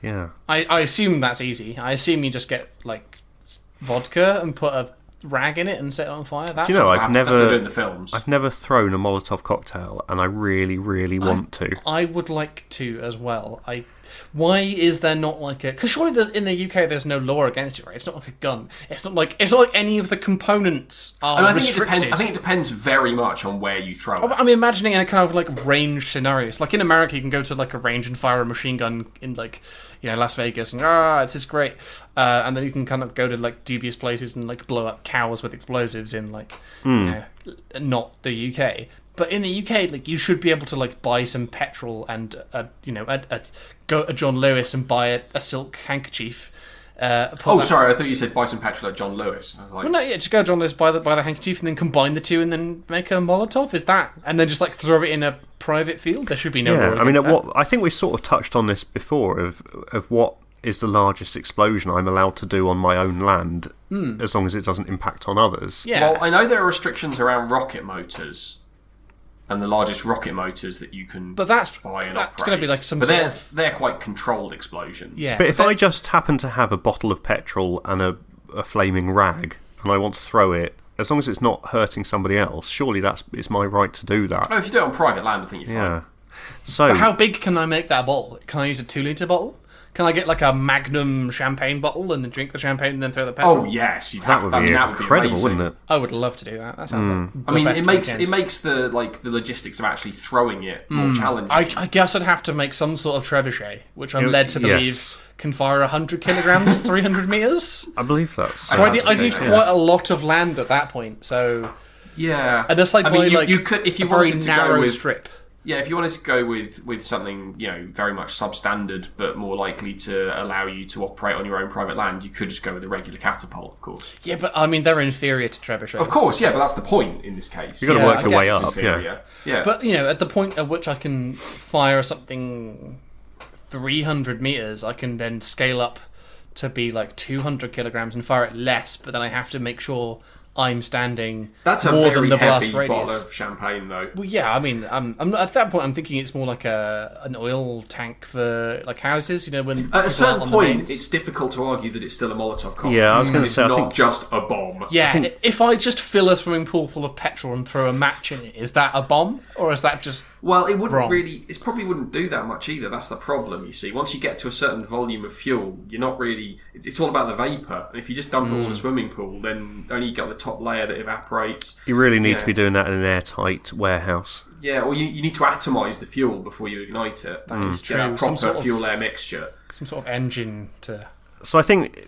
Speaker 1: Yeah.
Speaker 3: I I assume that's easy. I assume you just get like s- vodka and put a rag in it and set it on fire. That's
Speaker 1: Do you know?
Speaker 2: That's
Speaker 1: I've
Speaker 2: what they do in
Speaker 1: never.
Speaker 2: the films.
Speaker 1: I've never thrown a Molotov cocktail, and I really, really want to.
Speaker 3: I would like to as well. I. Why is there not like a? Because surely the, in the UK there's no law against it, right? It's not like a gun. It's not like it's not like any of the components are
Speaker 2: I, mean, I think it
Speaker 3: restricted.
Speaker 2: depends. I think it depends very much on where you throw it.
Speaker 3: I'm imagining a kind of like range scenarios. Like in America, you can go to like a range and fire a machine gun in like you know Las Vegas, and ah, this is great. Uh, and then you can kind of go to like dubious places and like blow up cows with explosives in like
Speaker 2: Hmm.
Speaker 3: you know not the UK. But in the UK, like you should be able to like buy some petrol and uh, you know a, a, go to John Lewis and buy a, a silk handkerchief. Uh, put
Speaker 2: Oh,
Speaker 3: that-
Speaker 2: sorry, I thought you said buy some petrol at John Lewis. I was like,
Speaker 3: well, no, yeah, just go John Lewis, buy the, buy the handkerchief, and then combine the two, and then make a Molotov. Is that? And then just like throw it in a private field. There should be no.
Speaker 1: Yeah.
Speaker 3: law
Speaker 1: I mean,
Speaker 3: against
Speaker 1: at
Speaker 3: that.
Speaker 1: what I think we've sort of touched on this before of of what is the largest explosion I'm allowed to do on my own land, as long as it doesn't impact on others.
Speaker 3: Hmm. Yeah.
Speaker 2: Well, I know there are restrictions around rocket motors, and the largest rocket motors that you can
Speaker 3: But that's
Speaker 2: buy and
Speaker 3: that's
Speaker 2: operate.
Speaker 3: going to be like some
Speaker 2: but
Speaker 3: sort
Speaker 2: they're,
Speaker 3: of
Speaker 2: they're quite controlled explosions.
Speaker 3: yeah.
Speaker 1: But if
Speaker 3: they're-
Speaker 1: I just happen to have a bottle of petrol and a, a flaming rag and I want to throw it, as long as it's not hurting somebody else, surely that's it's my right to do that.
Speaker 2: Oh, if you do it on private land, I think you're fine.
Speaker 1: Yeah. So
Speaker 3: How big can I make that bottle? Can I use a two liter bottle? Can I get like a Magnum champagne bottle and then drink the champagne and then throw the petrol?
Speaker 2: Oh yes, you'd
Speaker 1: that
Speaker 2: have
Speaker 1: would
Speaker 2: to,
Speaker 1: be
Speaker 2: I mean, that would
Speaker 1: incredible,
Speaker 2: be
Speaker 1: wouldn't it?
Speaker 3: I would love to do that. That sounds
Speaker 1: Hmm.
Speaker 3: like the
Speaker 2: I mean,
Speaker 3: best
Speaker 2: it makes
Speaker 3: weekend.
Speaker 2: it makes the like the logistics of actually throwing it more challenging.
Speaker 3: Hmm. I, I guess I'd have to make some sort of trebuchet, which I'm
Speaker 1: It-
Speaker 3: led to believe
Speaker 1: yes.
Speaker 3: can fire 100 kilograms, 300 meters.
Speaker 1: I believe that's.
Speaker 3: So I,
Speaker 1: uh,
Speaker 3: need, I need
Speaker 2: Yes.
Speaker 3: quite a lot of land at that point. So
Speaker 2: yeah,
Speaker 3: unless I
Speaker 2: I
Speaker 3: buy
Speaker 2: mean, you,
Speaker 3: like
Speaker 2: you could if you
Speaker 3: a very
Speaker 2: wanted to
Speaker 3: narrow
Speaker 2: go with
Speaker 3: strip.
Speaker 2: yeah, if you wanted to go with with something you know very much substandard but more likely to allow you to operate on your own private land, you could just go with a regular catapult, of course.
Speaker 3: Yeah, but I mean they're inferior to trebuchets.
Speaker 2: Of course, yeah, but that's the point in this case.
Speaker 1: You've got to
Speaker 3: Yeah,
Speaker 1: work
Speaker 3: I
Speaker 1: your way
Speaker 3: guess.
Speaker 1: up, yeah.
Speaker 2: yeah, yeah.
Speaker 3: But you know, at the point at which I can fire something 300 meters, I can then scale up to be like 200 kilograms and fire it less. But then I have to make sure I'm standing
Speaker 2: that's a
Speaker 3: more
Speaker 2: very
Speaker 3: than the
Speaker 2: heavy
Speaker 3: blast
Speaker 2: bottle
Speaker 3: radius.
Speaker 2: of champagne, though.
Speaker 3: Well, yeah, I mean, I'm, I'm not, at that point, I'm thinking it's more like a an oil tank for like houses. You know, when
Speaker 2: At a certain point,
Speaker 3: it's.
Speaker 2: it's difficult to argue that it's still a Molotov cocktail.
Speaker 1: Yeah, I was gonna
Speaker 2: It's
Speaker 1: say, I
Speaker 2: not
Speaker 1: think-
Speaker 2: just a bomb.
Speaker 3: Yeah, if I just fill a swimming pool full of petrol and throw a match in it, is that a bomb or is that just?
Speaker 2: Well, it wouldn't
Speaker 3: Wrong.
Speaker 2: really. It probably wouldn't do that much either. That's the problem, you see. Once you get to a certain volume of fuel, you're not really. It's, it's all about the vapor. And if you just dump it all in a
Speaker 3: Mm.
Speaker 2: swimming pool, then only you got the top layer that evaporates.
Speaker 1: You really need
Speaker 2: Yeah.
Speaker 1: to be doing that in an airtight warehouse.
Speaker 2: Yeah, or you, you need to atomize the fuel before you ignite it.
Speaker 1: Mm.
Speaker 2: That is
Speaker 3: true.
Speaker 2: That
Speaker 3: Some
Speaker 2: proper
Speaker 3: sort of-
Speaker 2: fuel air mixture.
Speaker 3: Some sort of engine to.
Speaker 1: So I think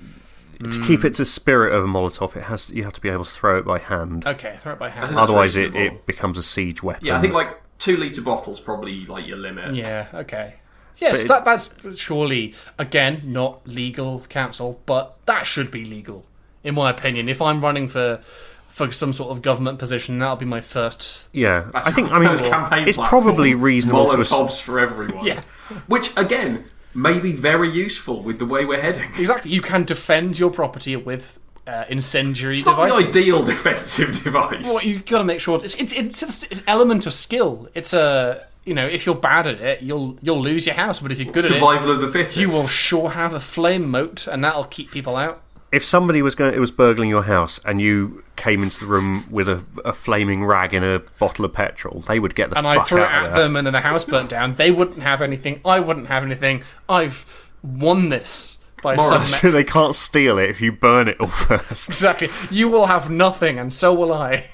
Speaker 1: to keep it to the spirit of a Molotov, it has you have to be able to throw it by hand.
Speaker 3: Okay, throw it by hand.
Speaker 2: That's
Speaker 1: Otherwise, it,
Speaker 2: reasonable.
Speaker 1: it becomes a siege weapon.
Speaker 2: Yeah, I think like two liter bottles probably like your limit.
Speaker 3: Yeah. Okay. Yes,
Speaker 1: But it-
Speaker 3: that that's surely again not legal counsel, but that should be legal, in my opinion. If I'm running for for some sort of government position, that'll be my first.
Speaker 1: yeah. I think I
Speaker 2: your
Speaker 1: mean
Speaker 2: first campaign
Speaker 1: it's
Speaker 2: platform.
Speaker 1: probably reasonable to ass-
Speaker 2: Molotovs for everyone.
Speaker 3: Yeah.
Speaker 2: Which again may be very useful with the way we're heading.
Speaker 3: Exactly, you can defend your property with uh, incendiary
Speaker 2: It's not
Speaker 3: devices.
Speaker 2: the ideal defensive device.
Speaker 3: Well, you got to make sure it's it's, it's it's it's an element of skill. It's a you know if you're bad at it, you'll you'll lose your house. But if you're good at
Speaker 2: Survival of the fittest.
Speaker 3: it, you will sure have a flame moat, and that'll keep people out.
Speaker 1: if somebody was going, it was burgling your house, and you came into the room with a, a flaming rag and a bottle of petrol, they would get the
Speaker 3: And
Speaker 1: fuck
Speaker 3: I threw it
Speaker 1: out
Speaker 3: at
Speaker 1: of there.
Speaker 3: them, and then the house burnt down. They wouldn't have anything. I wouldn't have anything. I've won this by some.
Speaker 2: Morris.
Speaker 1: So they can't steal it if you burn it all first.
Speaker 3: Exactly. You will have nothing, and so will I.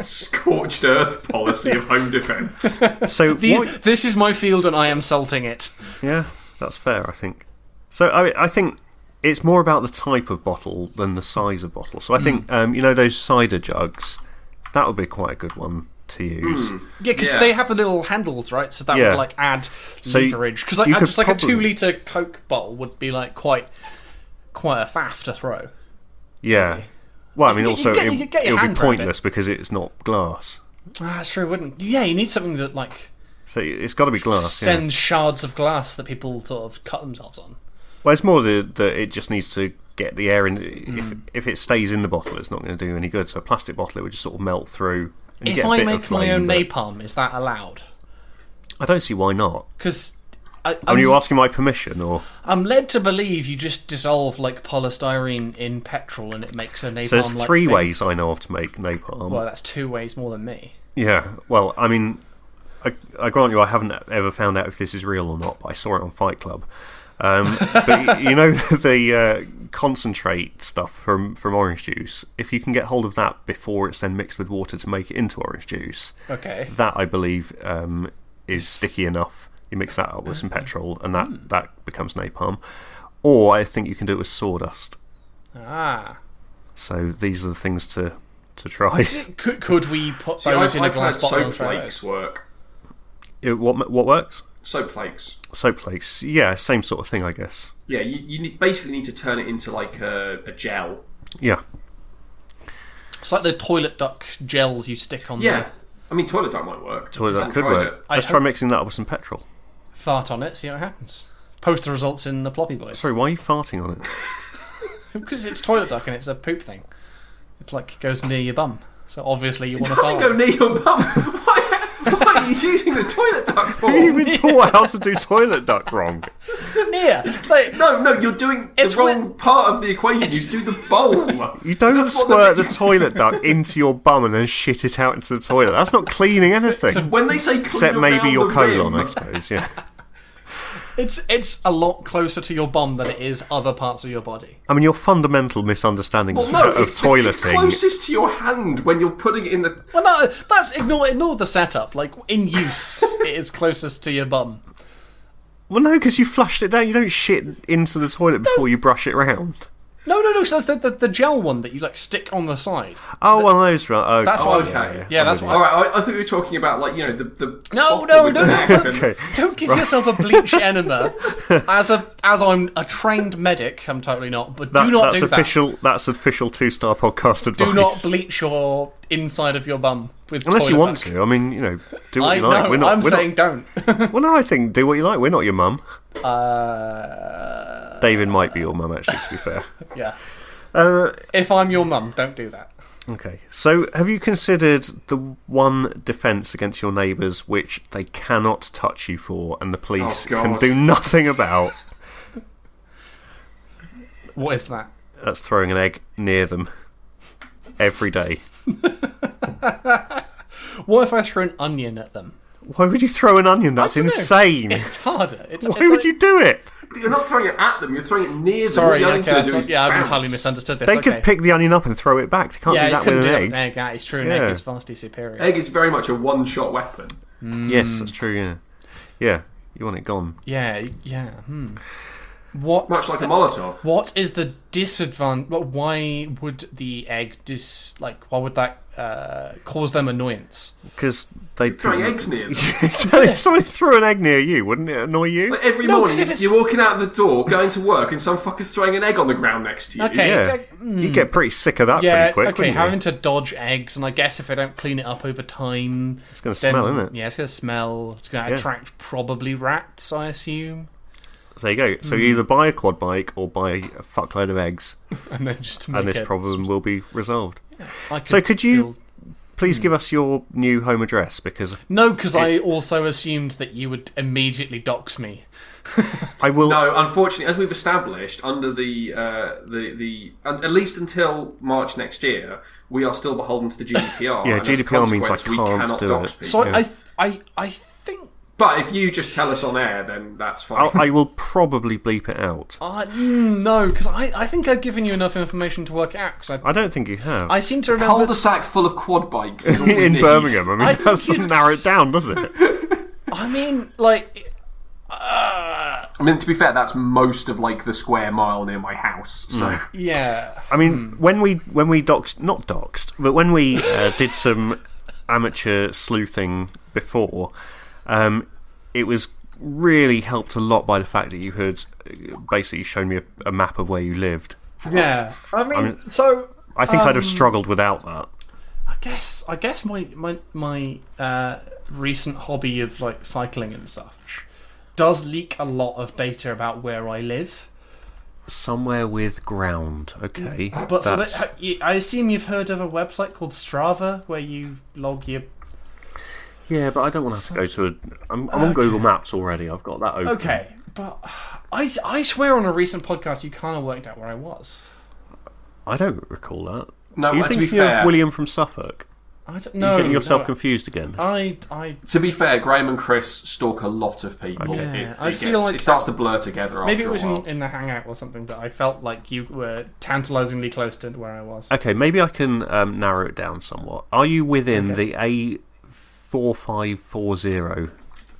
Speaker 2: Scorched earth policy of home defence.
Speaker 1: So
Speaker 3: The-
Speaker 1: what,
Speaker 3: this is my field, and I am salting it.
Speaker 1: yeah, that's fair, I think. So I, mean, I think it's more about the type of bottle than the size of bottle. So I
Speaker 3: Hmm.
Speaker 1: think um, you know those cider jugs, that would be quite a good one to use.
Speaker 3: Yeah, because
Speaker 2: Yeah.
Speaker 3: they have the little handles, right? So that
Speaker 1: Yeah.
Speaker 3: would like add
Speaker 1: you-
Speaker 3: leverage. Because like,
Speaker 1: you
Speaker 3: I-
Speaker 1: could
Speaker 3: just like a
Speaker 1: probably-
Speaker 3: two liter Coke bottle would be like quite quite a faff to throw.
Speaker 1: Yeah. Well, I mean,
Speaker 3: You
Speaker 1: also
Speaker 3: get- you
Speaker 1: it,
Speaker 3: could get your
Speaker 1: it would be
Speaker 3: hand round it.
Speaker 1: pointless because it's not glass.
Speaker 3: Ah, sure, wouldn't. Yeah, you need something that like
Speaker 1: So it's got to be glass. yeah.
Speaker 3: sends shards of glass that people sort of cut themselves on.
Speaker 1: Well, it's more the- that it just needs to get the air in.
Speaker 3: Hmm.
Speaker 1: If, if it stays in the bottle, it's not going to do any good. So a plastic bottle, it would just sort of melt through. And you
Speaker 3: If
Speaker 1: get a
Speaker 3: I
Speaker 1: bit
Speaker 3: make
Speaker 1: of
Speaker 3: my
Speaker 1: flame,
Speaker 3: own
Speaker 1: but
Speaker 3: napalm, is that allowed?
Speaker 1: I don't see why not.
Speaker 3: Because I,
Speaker 1: Are Oh,
Speaker 3: I'm-
Speaker 1: you asking my permission, or
Speaker 3: I'm led to believe you just dissolve like polystyrene in petrol and it makes a napalm.
Speaker 1: so there's
Speaker 3: like
Speaker 1: three
Speaker 3: thing.
Speaker 1: ways I know of to make napalm.
Speaker 3: Well, that's two ways more than me.
Speaker 1: yeah. Well, I mean, I, I grant you, I haven't ever found out if this is real or not, but I saw it on Fight Club. Um, but you know the uh, concentrate stuff from from orange juice. If you can get hold of that before it's then mixed with water to make it into orange juice,
Speaker 3: Okay.
Speaker 1: That I believe um, is sticky enough. You mix that up with
Speaker 2: Oh.
Speaker 1: some petrol, and that
Speaker 2: Hmm.
Speaker 1: that becomes napalm. Or I think you can do it with sawdust.
Speaker 3: Ah.
Speaker 1: So these are the things to to try.
Speaker 3: Could, could we put
Speaker 2: See, I've,
Speaker 3: those in a
Speaker 2: I've heard
Speaker 3: glass bottle
Speaker 2: soap
Speaker 3: and throw
Speaker 2: flakes
Speaker 3: those?
Speaker 2: work.
Speaker 1: It- what what works?
Speaker 2: Soap flakes.
Speaker 1: Soap flakes. Yeah, same sort of thing, I guess.
Speaker 2: Yeah, you, you need, basically need to turn it into like a, a gel.
Speaker 1: Yeah.
Speaker 3: It's like the toilet duck gels you stick on
Speaker 2: Yeah.
Speaker 3: the
Speaker 2: I mean, toilet duck might work.
Speaker 1: Well, that
Speaker 2: Haven't
Speaker 1: could
Speaker 2: tried
Speaker 1: work.
Speaker 2: it.
Speaker 3: I
Speaker 1: Let's try mixing that up with some petrol.
Speaker 3: fart on it, see what happens. Post the results in the Ploppy Boys.
Speaker 1: Sorry, why are you farting on it?
Speaker 3: Because it's toilet duck and it's a poop thing. It's like goes near your bum. So obviously you want to
Speaker 2: Doesn't
Speaker 3: fart.
Speaker 2: go near your bum. why, why are you using the toilet duck for?
Speaker 1: You were taught how to do toilet duck wrong.
Speaker 3: Yeah, like,
Speaker 2: No, no, you're doing
Speaker 3: It's
Speaker 2: the wrong
Speaker 3: when-
Speaker 2: part of the equation. You do the bowl.
Speaker 1: You don't
Speaker 2: That's what
Speaker 1: squirt
Speaker 2: they-
Speaker 1: the toilet duck into your bum and then shit it out into the toilet. That's not cleaning anything.
Speaker 2: When they say clean
Speaker 1: Except maybe
Speaker 2: around
Speaker 1: your
Speaker 2: the
Speaker 1: colon, I
Speaker 2: rim,
Speaker 1: suppose. Yeah.
Speaker 3: it's it's a lot closer to your bum than it is other parts of your body.
Speaker 1: I mean, your fundamental misunderstandings
Speaker 2: Well, no,
Speaker 1: of
Speaker 2: it- It's
Speaker 1: toileting.
Speaker 2: closest to your hand when you're putting it in the.
Speaker 3: Well, no, that's ignore ignore the setup. Like in use, it is closest to your bum.
Speaker 1: Well, no, because you flushed it down. You don't shit into the toilet before you brush it round.
Speaker 3: No, no, no. So that's the, the, the gel one that you like stick on the side.
Speaker 1: Oh, one of those. Right. Oh,
Speaker 3: That's
Speaker 1: God,
Speaker 3: what
Speaker 2: okay.
Speaker 3: I was. Yeah,
Speaker 1: I'm
Speaker 3: that's
Speaker 1: with
Speaker 3: what.
Speaker 2: All right, I, I thought we were talking about like you know the the.
Speaker 3: No,
Speaker 2: bottle
Speaker 3: no,
Speaker 2: with
Speaker 3: no,
Speaker 2: the
Speaker 3: no.
Speaker 2: neck and-
Speaker 1: Okay.
Speaker 3: Don't give yourself a bleach enema. As a as I'm a trained medic, I'm totally not. But
Speaker 1: That-
Speaker 3: do not
Speaker 1: that's
Speaker 3: do
Speaker 1: official. That's official two-star podcast
Speaker 3: that.
Speaker 1: advice.
Speaker 3: Do not bleach your inside of your bum with
Speaker 1: Unless you
Speaker 3: toilet
Speaker 1: want
Speaker 3: duck.
Speaker 1: to. I mean, you know, do what
Speaker 3: I
Speaker 1: you like.
Speaker 3: know.
Speaker 1: we're not.
Speaker 3: I'm
Speaker 1: we're
Speaker 3: saying don't.
Speaker 1: Not, well, no, I think do what you like. We're not your mum.
Speaker 3: uh,
Speaker 1: David might be your mum, actually. To be fair.
Speaker 3: yeah.
Speaker 1: Uh,
Speaker 3: If I'm your mum, don't do that.
Speaker 1: okay. So, have you considered the one defence against your neighbours which they cannot touch you for, and the police
Speaker 2: Oh, God.
Speaker 1: can do nothing about?
Speaker 3: What is that?
Speaker 1: That's throwing an egg near them every day.
Speaker 3: What if I throw an onion at them?
Speaker 1: Why would you throw an onion? That's
Speaker 3: don't know.
Speaker 1: insane.
Speaker 3: It's harder. It's,
Speaker 1: Why
Speaker 3: it's
Speaker 1: would
Speaker 3: like-
Speaker 1: you do it?
Speaker 2: You're not throwing it at them. You're throwing it near them.
Speaker 3: Sorry,
Speaker 2: The
Speaker 3: yeah,
Speaker 2: only
Speaker 3: okay,
Speaker 2: thing to
Speaker 3: that's
Speaker 2: do
Speaker 3: not-
Speaker 2: is
Speaker 3: yeah, I've
Speaker 2: bounce.
Speaker 3: entirely misunderstood this.
Speaker 1: They
Speaker 3: okay.
Speaker 1: could pick the onion up and throw it back. They can't
Speaker 3: Yeah,
Speaker 1: do
Speaker 3: you
Speaker 1: that with
Speaker 3: couldn't
Speaker 1: an
Speaker 3: do it
Speaker 1: egg.
Speaker 3: with an egg. That is true. An
Speaker 1: Yeah.
Speaker 3: egg is vastly superior.
Speaker 2: Egg is very much a one-shot weapon.
Speaker 3: Mm.
Speaker 1: Yes, that's true. Yeah, yeah. You want it gone?
Speaker 3: Yeah, yeah. Hmm. What?
Speaker 2: Much like a Molotov.
Speaker 3: What is the disadvantage? Why would the egg dis like? Why would that uh, cause them annoyance?
Speaker 1: Because they
Speaker 2: Throwing eggs near them.
Speaker 1: Exactly. If somebody threw an egg near you, wouldn't it annoy you?
Speaker 2: But every
Speaker 3: No, 'cause
Speaker 2: morning
Speaker 3: if it's-
Speaker 2: you're walking out the door, going to work, and some fucker's throwing an egg on the ground next to you.
Speaker 3: Okay,
Speaker 1: yeah,
Speaker 3: egg- mm.
Speaker 1: you get pretty sick of that pretty
Speaker 3: yeah.
Speaker 1: quick.
Speaker 3: okay,
Speaker 1: wouldn't you?
Speaker 3: having to dodge eggs, and I guess if they don't clean it up over time,
Speaker 1: It's going to
Speaker 3: then
Speaker 1: smell, isn't it?
Speaker 3: yeah, it's gonna smell. It's gonna
Speaker 1: Yeah.
Speaker 3: attract probably rats, I assume,
Speaker 1: So there you go. So
Speaker 3: Mm.
Speaker 1: you either buy a quad bike or buy a fuckload of eggs,
Speaker 3: and then just to
Speaker 1: and
Speaker 3: make
Speaker 1: this
Speaker 3: it-
Speaker 1: problem will be resolved.
Speaker 3: I could
Speaker 1: So could you
Speaker 3: build-
Speaker 1: please give us your new home address? Because
Speaker 3: No, because I also assumed that you would immediately dox me.
Speaker 1: I will.
Speaker 2: No, unfortunately, as we've established, under the uh, the the and at least until March next year, we are still beholden to the GDPR.
Speaker 1: Yeah,
Speaker 2: and as a
Speaker 1: GDPR means I
Speaker 2: consequence, we
Speaker 1: can't
Speaker 2: cannot
Speaker 1: do it.
Speaker 2: dox people.
Speaker 3: So
Speaker 1: Yeah.
Speaker 3: I, I, I think
Speaker 2: But if you just tell us on air, then that's fine.
Speaker 1: I'll, I will probably bleep it out.
Speaker 3: Uh, mm, no, because I, I think I've given you enough information to work out. Because I,
Speaker 1: I don't think you have.
Speaker 3: I seem to remember.
Speaker 2: Cul-de-sac full of quad bikes is all we
Speaker 1: in
Speaker 2: need.
Speaker 1: Birmingham. I mean,
Speaker 3: I
Speaker 1: that
Speaker 3: think
Speaker 1: doesn't
Speaker 3: it's-
Speaker 1: narrow it down, does it?
Speaker 3: I mean, like, uh,
Speaker 2: I mean, to be fair, that's most of like the square mile near my house. So
Speaker 1: Hmm.
Speaker 3: yeah.
Speaker 1: I mean, when we when we doxed, not doxed, but when we uh, did some amateur sleuthing before, um, it was really helped a lot by the fact that you had uh, basically shown me a, a map of where you lived.
Speaker 3: Yeah. I mean, so
Speaker 1: I think I'd have
Speaker 3: Um,
Speaker 1: struggled without that.
Speaker 3: I guess I guess my my my uh, recent hobby of like cycling and such does leak a lot of data about where I live.
Speaker 1: Somewhere with ground, okay.
Speaker 3: But so that, you- I assume you've heard of a website called Strava where you log your
Speaker 1: yeah, but I don't want to have to go to. A, I'm, I'm on Google Maps already. I've got that open.
Speaker 3: Okay, but I, I swear on a recent podcast you kind of worked out where I was.
Speaker 1: I don't recall that.
Speaker 2: no,
Speaker 1: you
Speaker 2: Uh, well, to
Speaker 1: think
Speaker 2: be
Speaker 1: you
Speaker 2: fair,
Speaker 1: have William from Suffolk?
Speaker 3: I don't
Speaker 1: You're
Speaker 3: know.
Speaker 1: getting yourself
Speaker 3: no, Uh,
Speaker 1: confused again.
Speaker 3: I, I
Speaker 2: to be fair, Graham and Chris stalk a lot of people.
Speaker 3: Okay.
Speaker 2: It- it,
Speaker 3: Yeah, I
Speaker 2: it
Speaker 3: feel
Speaker 2: gets-
Speaker 3: like
Speaker 2: it starts to blur together.
Speaker 3: maybe
Speaker 2: after
Speaker 3: it was
Speaker 2: a while.
Speaker 3: in, in the hangout or something, but I felt like you were tantalizingly close to where I was.
Speaker 1: Okay, maybe I can um, narrow it down somewhat. Are you within the A4540?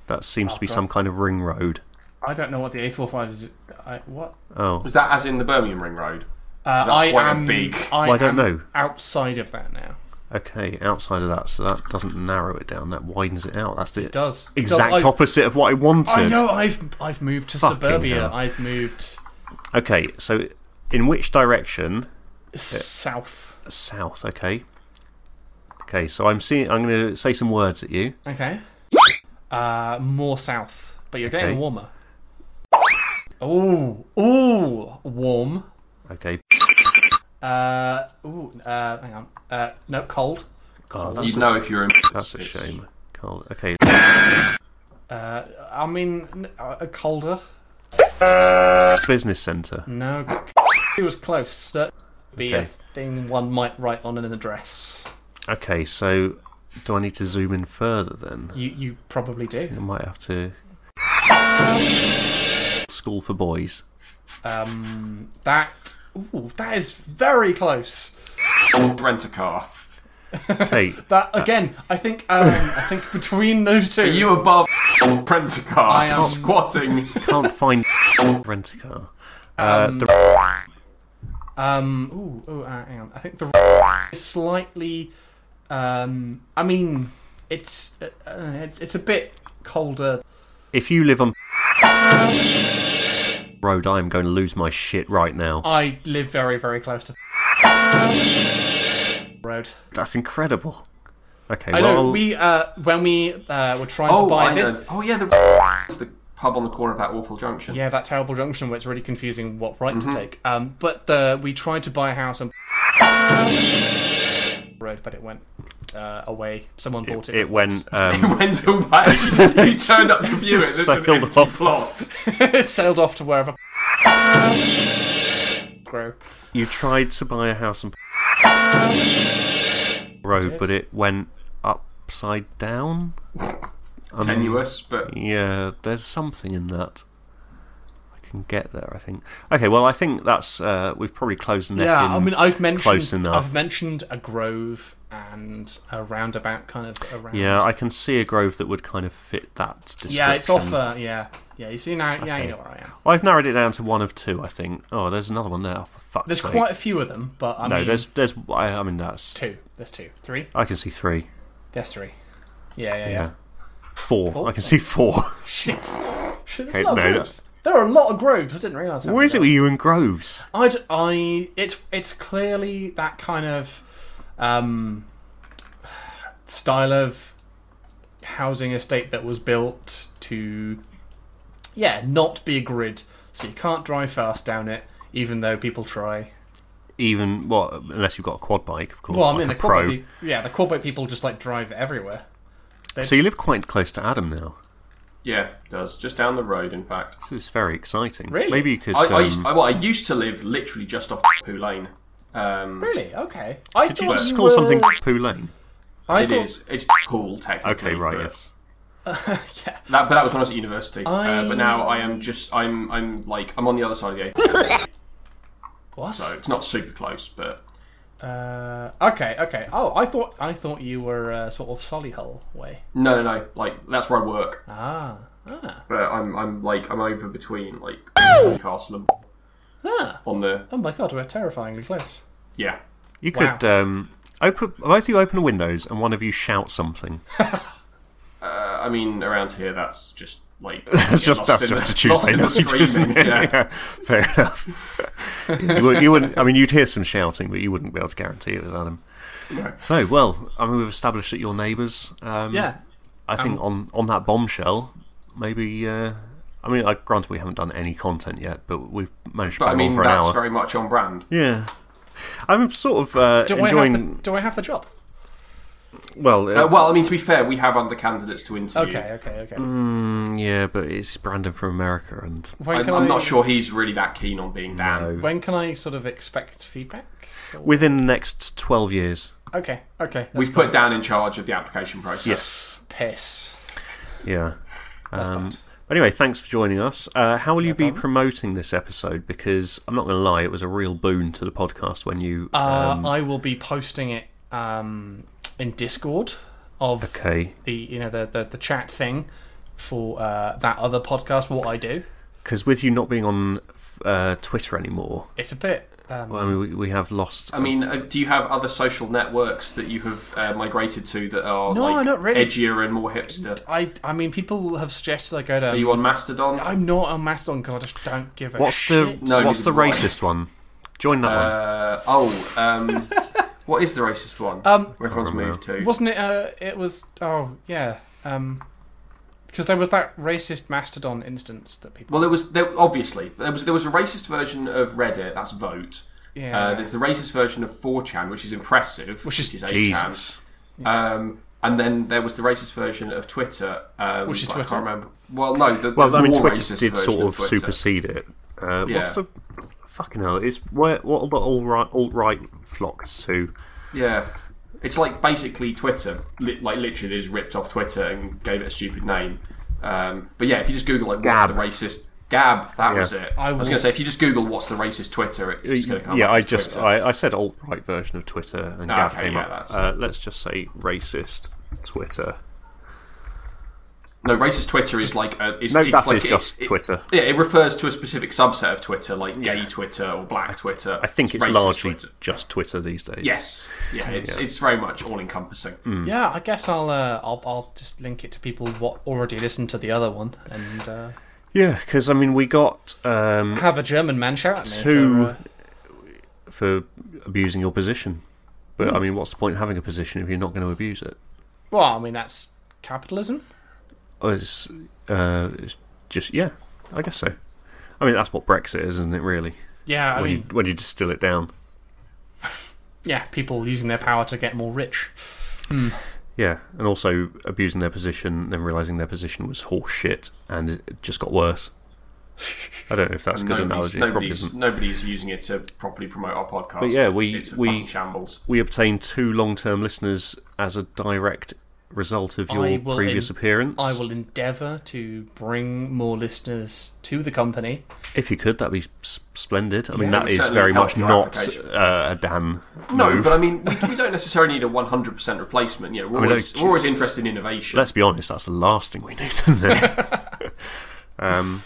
Speaker 1: That seems to be some kind of ring road.
Speaker 3: I don't know what the A45 is. I, what?
Speaker 1: Oh,
Speaker 2: Is that as in the Birmingham Ring Road?
Speaker 3: Uh,
Speaker 2: That's
Speaker 3: I
Speaker 2: quite a
Speaker 3: am.
Speaker 2: big-
Speaker 3: I,
Speaker 1: Well, I don't
Speaker 3: am
Speaker 1: know.
Speaker 3: Outside of that now
Speaker 1: okay, outside of that, so that doesn't narrow it down, that widens it out. That's the
Speaker 3: does it
Speaker 1: exact
Speaker 3: does, I-
Speaker 1: opposite of what I wanted.
Speaker 3: I know. I've I've moved to
Speaker 1: Fucking
Speaker 3: suburbia.
Speaker 1: hell.
Speaker 3: I've moved
Speaker 1: Okay, so in which direction?
Speaker 3: south.
Speaker 1: South, okay. Okay, so I'm seeing. I'm going to say some words at you.
Speaker 3: Okay. Uh, more south, but you're getting
Speaker 1: Okay.
Speaker 3: warmer. Ooh, ooh, warm.
Speaker 1: Okay.
Speaker 3: Uh, ooh, uh, hang on. Uh, no, cold.
Speaker 1: Oh,
Speaker 2: You'd
Speaker 1: that's, a,
Speaker 2: know if you're in.
Speaker 1: that's a shame. Cold. Okay.
Speaker 3: Uh, I mean, n- uh, colder.
Speaker 1: Business centre.
Speaker 3: No, it was close. That would be a
Speaker 1: Okay.
Speaker 3: thing one might write on an address.
Speaker 1: Okay, so do I need to zoom in further then?
Speaker 3: You you probably
Speaker 1: I
Speaker 3: do.
Speaker 1: might have to. School for boys.
Speaker 3: Um, that ooh, that is very close.
Speaker 2: Rent a car.
Speaker 1: Hey,
Speaker 3: That again, I think um, I think between those two,
Speaker 2: Uh, Are you above rent a car?
Speaker 3: I am-
Speaker 2: squatting.
Speaker 1: can't find rent a car. Uh,
Speaker 3: Um, ooh, ooh, uh, hang on. I think the is slightly. Um, I mean, it's uh, uh, it's it's a bit colder.
Speaker 1: If you live on road, I am going to lose my shit right now.
Speaker 3: I live very very close to road.
Speaker 1: That's incredible. Okay,
Speaker 3: I
Speaker 1: well,
Speaker 3: know we uh when we uh were trying to
Speaker 2: Oh,
Speaker 3: buy
Speaker 2: I
Speaker 3: this.
Speaker 2: know. Oh, yeah, the is the pub on the corner of that awful junction.
Speaker 3: Yeah, that terrible junction where it's really confusing what right
Speaker 1: Mm-hmm.
Speaker 3: to take. Um, but the, we tried to buy a house on road, but it went uh, away. Someone bought it.
Speaker 1: it went. Um,
Speaker 2: When do I? You turned up to view it. There's an
Speaker 1: sailed
Speaker 2: empty
Speaker 1: off.
Speaker 2: plot.
Speaker 3: it sailed off to wherever. Grow.
Speaker 1: you tried to buy a house on road, but it went upside down. Um,
Speaker 2: Tenuous, but
Speaker 1: Yeah, there's something in that. I can get there, I think. Okay, well, I think that's uh, we've probably closed the net.
Speaker 3: Yeah,
Speaker 1: in.
Speaker 3: I mean, I've mentioned
Speaker 1: close enough.
Speaker 3: I've mentioned a grove and a roundabout kind of around.
Speaker 1: yeah, I can see a grove that would kind of fit that. Description.
Speaker 3: yeah, it's off. Uh, yeah, yeah. You see now? Yeah, you know where I am.
Speaker 1: I've narrowed it down to one of two, I think. Oh, there's another one there. Oh, for fuck's
Speaker 3: There's
Speaker 1: sake.
Speaker 3: quite a few of them, but I
Speaker 1: no,
Speaker 3: mean,
Speaker 1: there's there's. I, I mean, that's.
Speaker 3: two. There's two, three.
Speaker 1: I can see three.
Speaker 3: There's three. Yeah, yeah, yeah.
Speaker 1: Yeah. Four. I can see four.
Speaker 3: Shit. Shit, there's
Speaker 1: Okay,
Speaker 3: a lot of
Speaker 1: no,
Speaker 3: groves. There are a lot of groves. I didn't realise. how
Speaker 1: Where is it
Speaker 3: many
Speaker 1: with you and Groves?
Speaker 3: there are. I, d- I- it's it's clearly that kind of um, style of housing estate that was built to, yeah, not be a grid, so you can't drive fast down it, even though people try.
Speaker 1: Even what? unless you've got a quad bike, of course.
Speaker 3: Well, I
Speaker 1: like
Speaker 3: mean,
Speaker 1: a
Speaker 3: the
Speaker 1: pro.
Speaker 3: quad bike, pe- yeah, the quad bike people just like drive everywhere.
Speaker 1: So you live quite close to Adam now.
Speaker 2: yeah, it does just down the road. In fact,
Speaker 1: This is very exciting.
Speaker 3: Really?
Speaker 1: Maybe you could.
Speaker 2: I, I
Speaker 1: um,
Speaker 2: used I, well, I used to live literally just off Poo Lane. Um,
Speaker 3: Really? Okay. I
Speaker 1: Did
Speaker 3: thought
Speaker 1: you just
Speaker 3: you
Speaker 1: call
Speaker 3: were-
Speaker 1: something Poo Lane?
Speaker 3: I
Speaker 2: It
Speaker 3: thought-
Speaker 2: is. It's cool technically.
Speaker 1: Okay, right,
Speaker 2: but-
Speaker 1: yes.
Speaker 2: That, but that was when I was at university.
Speaker 3: I-
Speaker 2: Uh, but now I am just I'm I'm like I'm on the other side of the A,
Speaker 3: What?
Speaker 2: so it's not super close, but
Speaker 3: Uh, okay, okay. Oh, I thought I thought you were uh, sort of Solihull way.
Speaker 2: no no no like that's where I work.
Speaker 3: Ah, ah,
Speaker 2: But I'm I'm like I'm over between like Castle and
Speaker 3: ah.
Speaker 2: on the
Speaker 3: Oh my god, we're terrifyingly close.
Speaker 2: yeah.
Speaker 1: You
Speaker 3: Wow.
Speaker 1: could um, open both of you open the windows and one of you shout something.
Speaker 2: Uh, I mean around here that's just like
Speaker 1: That's just that's just a Tuesday night, isn't it?
Speaker 2: Yeah.
Speaker 1: Yeah, fair enough. you, would, you wouldn't. I mean, you'd hear some shouting, but you wouldn't be able to guarantee it was Adam.
Speaker 2: No.
Speaker 1: So, well, I mean, we've established that your neighbours. Um,
Speaker 3: Yeah.
Speaker 1: I think
Speaker 2: Um,
Speaker 1: on on that bombshell, maybe. Uh, I mean, I granted we haven't done any content yet, but we've managed to
Speaker 2: But I
Speaker 1: bang
Speaker 2: mean
Speaker 1: on for an
Speaker 2: that's
Speaker 1: hour.
Speaker 2: very much on brand.
Speaker 1: Yeah. I'm sort of uh,
Speaker 3: Do
Speaker 1: enjoying.
Speaker 3: I have the, do I have the job?
Speaker 1: Well, uh,
Speaker 2: Uh, well, I mean to be fair, we have other candidates to interview.
Speaker 3: Okay, okay, okay.
Speaker 1: um, yeah, but it's Brandon from America, and
Speaker 3: When
Speaker 2: I'm,
Speaker 3: can
Speaker 2: I'm
Speaker 3: I-
Speaker 2: not sure he's really that keen on being Dan.
Speaker 3: When can I sort of expect feedback?
Speaker 1: within the next twelve years,
Speaker 3: Okay, okay. That's
Speaker 2: We've put Dan in charge of the application process.
Speaker 1: yes,
Speaker 3: piss.
Speaker 1: yeah. Um, anyway, thanks for joining us. Uh, how will you be promoting this episode? Because I'm not going to lie, it was a real boon to the podcast when you.
Speaker 3: Uh,
Speaker 1: um,
Speaker 3: I will be posting it um, in Discord of
Speaker 1: okay,
Speaker 3: the you know the the, the chat thing for uh, that other podcast. What I do.
Speaker 1: because with you not being on f- uh, Twitter anymore,
Speaker 3: It's a bit. Um,
Speaker 1: I mean, we, we have lost.
Speaker 2: I mean, uh, do you have other social networks that you have uh, migrated to that are
Speaker 3: No,
Speaker 2: like
Speaker 3: not really.
Speaker 2: edgier and more hipster?
Speaker 3: I I mean, people have suggested I go to.
Speaker 2: Are you on Mastodon?
Speaker 3: I'm not a Mastodon because I just don't give a
Speaker 1: what's the
Speaker 3: shit.
Speaker 2: No,
Speaker 1: what's
Speaker 2: neither
Speaker 1: the
Speaker 2: do I.
Speaker 1: racist one? Join that one.
Speaker 2: Uh, oh, um, what is the racist one?
Speaker 3: Um,
Speaker 2: Where everyone's moved to?
Speaker 3: Wasn't it? Uh, it was. Oh yeah. Um, because there was that racist Mastodon instance that people.
Speaker 2: Well, there was there, obviously there was there was a racist version of Reddit. That's Vote.
Speaker 3: Yeah.
Speaker 2: Uh, there's the racist version of 4chan, which is impressive,
Speaker 3: Which is-
Speaker 2: 8chan.
Speaker 1: Jesus.
Speaker 2: Um, And then there was the racist version of Twitter, um,
Speaker 3: Which is
Speaker 2: but I
Speaker 3: Twitter.
Speaker 2: can't remember. Well, no, the,
Speaker 1: Well,
Speaker 2: the
Speaker 1: I mean,
Speaker 2: more
Speaker 1: Twitter
Speaker 2: racist
Speaker 1: did sort
Speaker 2: version
Speaker 1: of
Speaker 2: Twitter.
Speaker 1: supersede it. Uh, What's
Speaker 2: Yeah.
Speaker 1: the fucking hell? It's where what about alt right alt right flocks to?
Speaker 2: Yeah, it's like basically Twitter. Li- like literally, they just ripped off Twitter and gave it a stupid name. Um, but yeah, if you just Google like what's
Speaker 1: Gab.
Speaker 2: the racist Gab, that was
Speaker 1: Yeah.
Speaker 2: it.
Speaker 3: I
Speaker 2: I, was
Speaker 3: will-
Speaker 2: going to say if you just Google what's the racist Twitter, it's just going to come.
Speaker 1: Yeah,
Speaker 2: up
Speaker 1: I
Speaker 2: as
Speaker 1: just
Speaker 2: Twitter. Ah,
Speaker 1: I, I said alt right version of Twitter, and Gab
Speaker 2: okay,
Speaker 1: came
Speaker 2: yeah,
Speaker 1: up.
Speaker 2: that's-
Speaker 1: Uh, let's just say racist Twitter.
Speaker 2: no racist Twitter is like a, it's,
Speaker 1: No,
Speaker 2: it's
Speaker 1: that
Speaker 2: like
Speaker 1: is
Speaker 2: it-
Speaker 1: just
Speaker 2: it-
Speaker 1: Twitter.
Speaker 2: Yeah, it refers to a specific subset of Twitter, like gay Twitter or black Twitter.
Speaker 1: I think it's
Speaker 2: racist
Speaker 1: largely
Speaker 2: Twitter.
Speaker 1: just Twitter these days.
Speaker 2: Yes, yeah, it's it's very much all encompassing.
Speaker 1: Hmm,
Speaker 3: Yeah, I guess I'll, uh, I'll I'll just link it to people what already listened to the other one and uh,
Speaker 1: Yeah, because I mean, we got um,
Speaker 3: have a German man shout at me.
Speaker 1: Two-
Speaker 3: for, uh,
Speaker 1: for abusing your position,
Speaker 2: Hmm.
Speaker 1: but I mean, what's the point of having a position if you're not going to abuse it?
Speaker 3: well, I mean that's capitalism.
Speaker 1: Oh, It's, uh, it's just yeah, I guess so. I mean, that's what Brexit is, isn't it? Really,
Speaker 3: Yeah, I
Speaker 1: when
Speaker 3: mean
Speaker 1: you when you distill it down.
Speaker 3: yeah, people using their power to get more rich.
Speaker 1: Yeah, and also abusing their position, then realizing their position was horse shit, and it just got worse. I don't know if that's a good
Speaker 2: nobody's,
Speaker 1: analogy. It probably
Speaker 2: nobody's,
Speaker 1: isn't.
Speaker 2: nobody's using it to properly promote our podcast.
Speaker 1: But yeah, we-
Speaker 2: it's a
Speaker 1: we-
Speaker 2: fucking shambles.
Speaker 1: We obtained two long-term listeners as a direct result of
Speaker 3: I
Speaker 1: your
Speaker 3: will
Speaker 1: previous
Speaker 3: en-
Speaker 1: appearance.
Speaker 3: I will endeavour to bring more listeners to the company.
Speaker 1: If you could, that'd be s- splendid. I mean,
Speaker 2: Yeah,
Speaker 1: that
Speaker 2: we
Speaker 1: is
Speaker 2: certainly
Speaker 1: very
Speaker 2: help
Speaker 1: much
Speaker 2: your
Speaker 1: not
Speaker 2: application.
Speaker 1: uh, a Dan.
Speaker 2: No,
Speaker 1: move.
Speaker 2: but I mean, we, we don't necessarily need a 100% replacement. You know, we're,
Speaker 1: mean,
Speaker 2: always,
Speaker 1: don't-
Speaker 2: we're always interested in innovation.
Speaker 1: Let's be honest, that's the last thing we need, isn't it? um,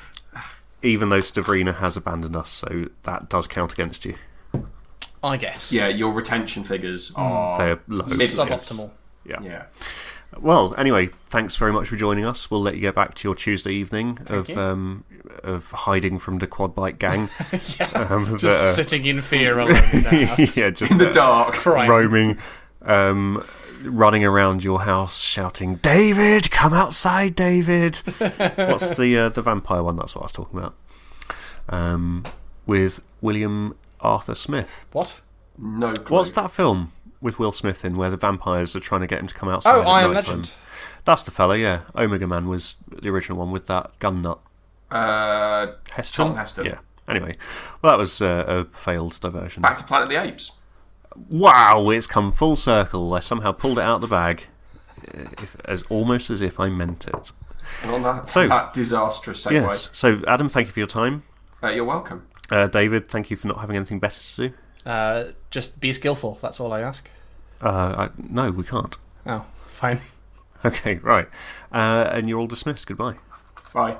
Speaker 1: even though Stavrina has abandoned us, so that does count against you.
Speaker 3: I guess.
Speaker 2: Yeah, your retention
Speaker 1: Hmm,
Speaker 2: figures are.
Speaker 1: They're low.
Speaker 2: Mid-
Speaker 3: Suboptimal.
Speaker 2: yeah.
Speaker 1: Well, anyway, thanks very much for joining us. We'll let you get back to your Tuesday evening of
Speaker 3: you.
Speaker 1: um, of hiding from the quad bike gang.
Speaker 3: Yeah.
Speaker 1: Um,
Speaker 3: just
Speaker 1: but, uh,
Speaker 3: sitting in fear alone. in their house.
Speaker 1: yeah, just
Speaker 2: In the dark.
Speaker 3: Crying.
Speaker 1: roaming, um, running around your house shouting, "David, come outside, David!" What's the uh, the vampire one? That's what I was talking about. Um, with William Arthur Smith.
Speaker 3: What?
Speaker 2: No clue.
Speaker 1: What's that film with Will Smith in where the vampires are trying to get him to come outside?
Speaker 3: Oh,
Speaker 1: at
Speaker 3: I am
Speaker 1: nighttime?
Speaker 3: Legend.
Speaker 1: That's the fella, yeah. Omega Man was the original one with that gun nut.
Speaker 2: Uh,
Speaker 1: Heston?
Speaker 2: Charlton Heston.
Speaker 1: Yeah. Anyway, well, that was uh, a failed diversion.
Speaker 2: back to Planet of the Apes.
Speaker 1: Wow, it's come full circle. I somehow pulled it out of the bag, uh, if, as almost as if I meant it.
Speaker 2: And on that,
Speaker 1: So-
Speaker 2: that disastrous segue.
Speaker 1: Yes. So, Adam, thank you for your time.
Speaker 2: Uh, you're welcome.
Speaker 1: Uh, David, thank you for not having anything better to do.
Speaker 3: Uh, just be skillful. That's all I ask.
Speaker 1: Uh, I, no, we can't.
Speaker 3: Oh, fine.
Speaker 1: Okay, right. Uh, and you're all dismissed. Goodbye.
Speaker 2: Bye.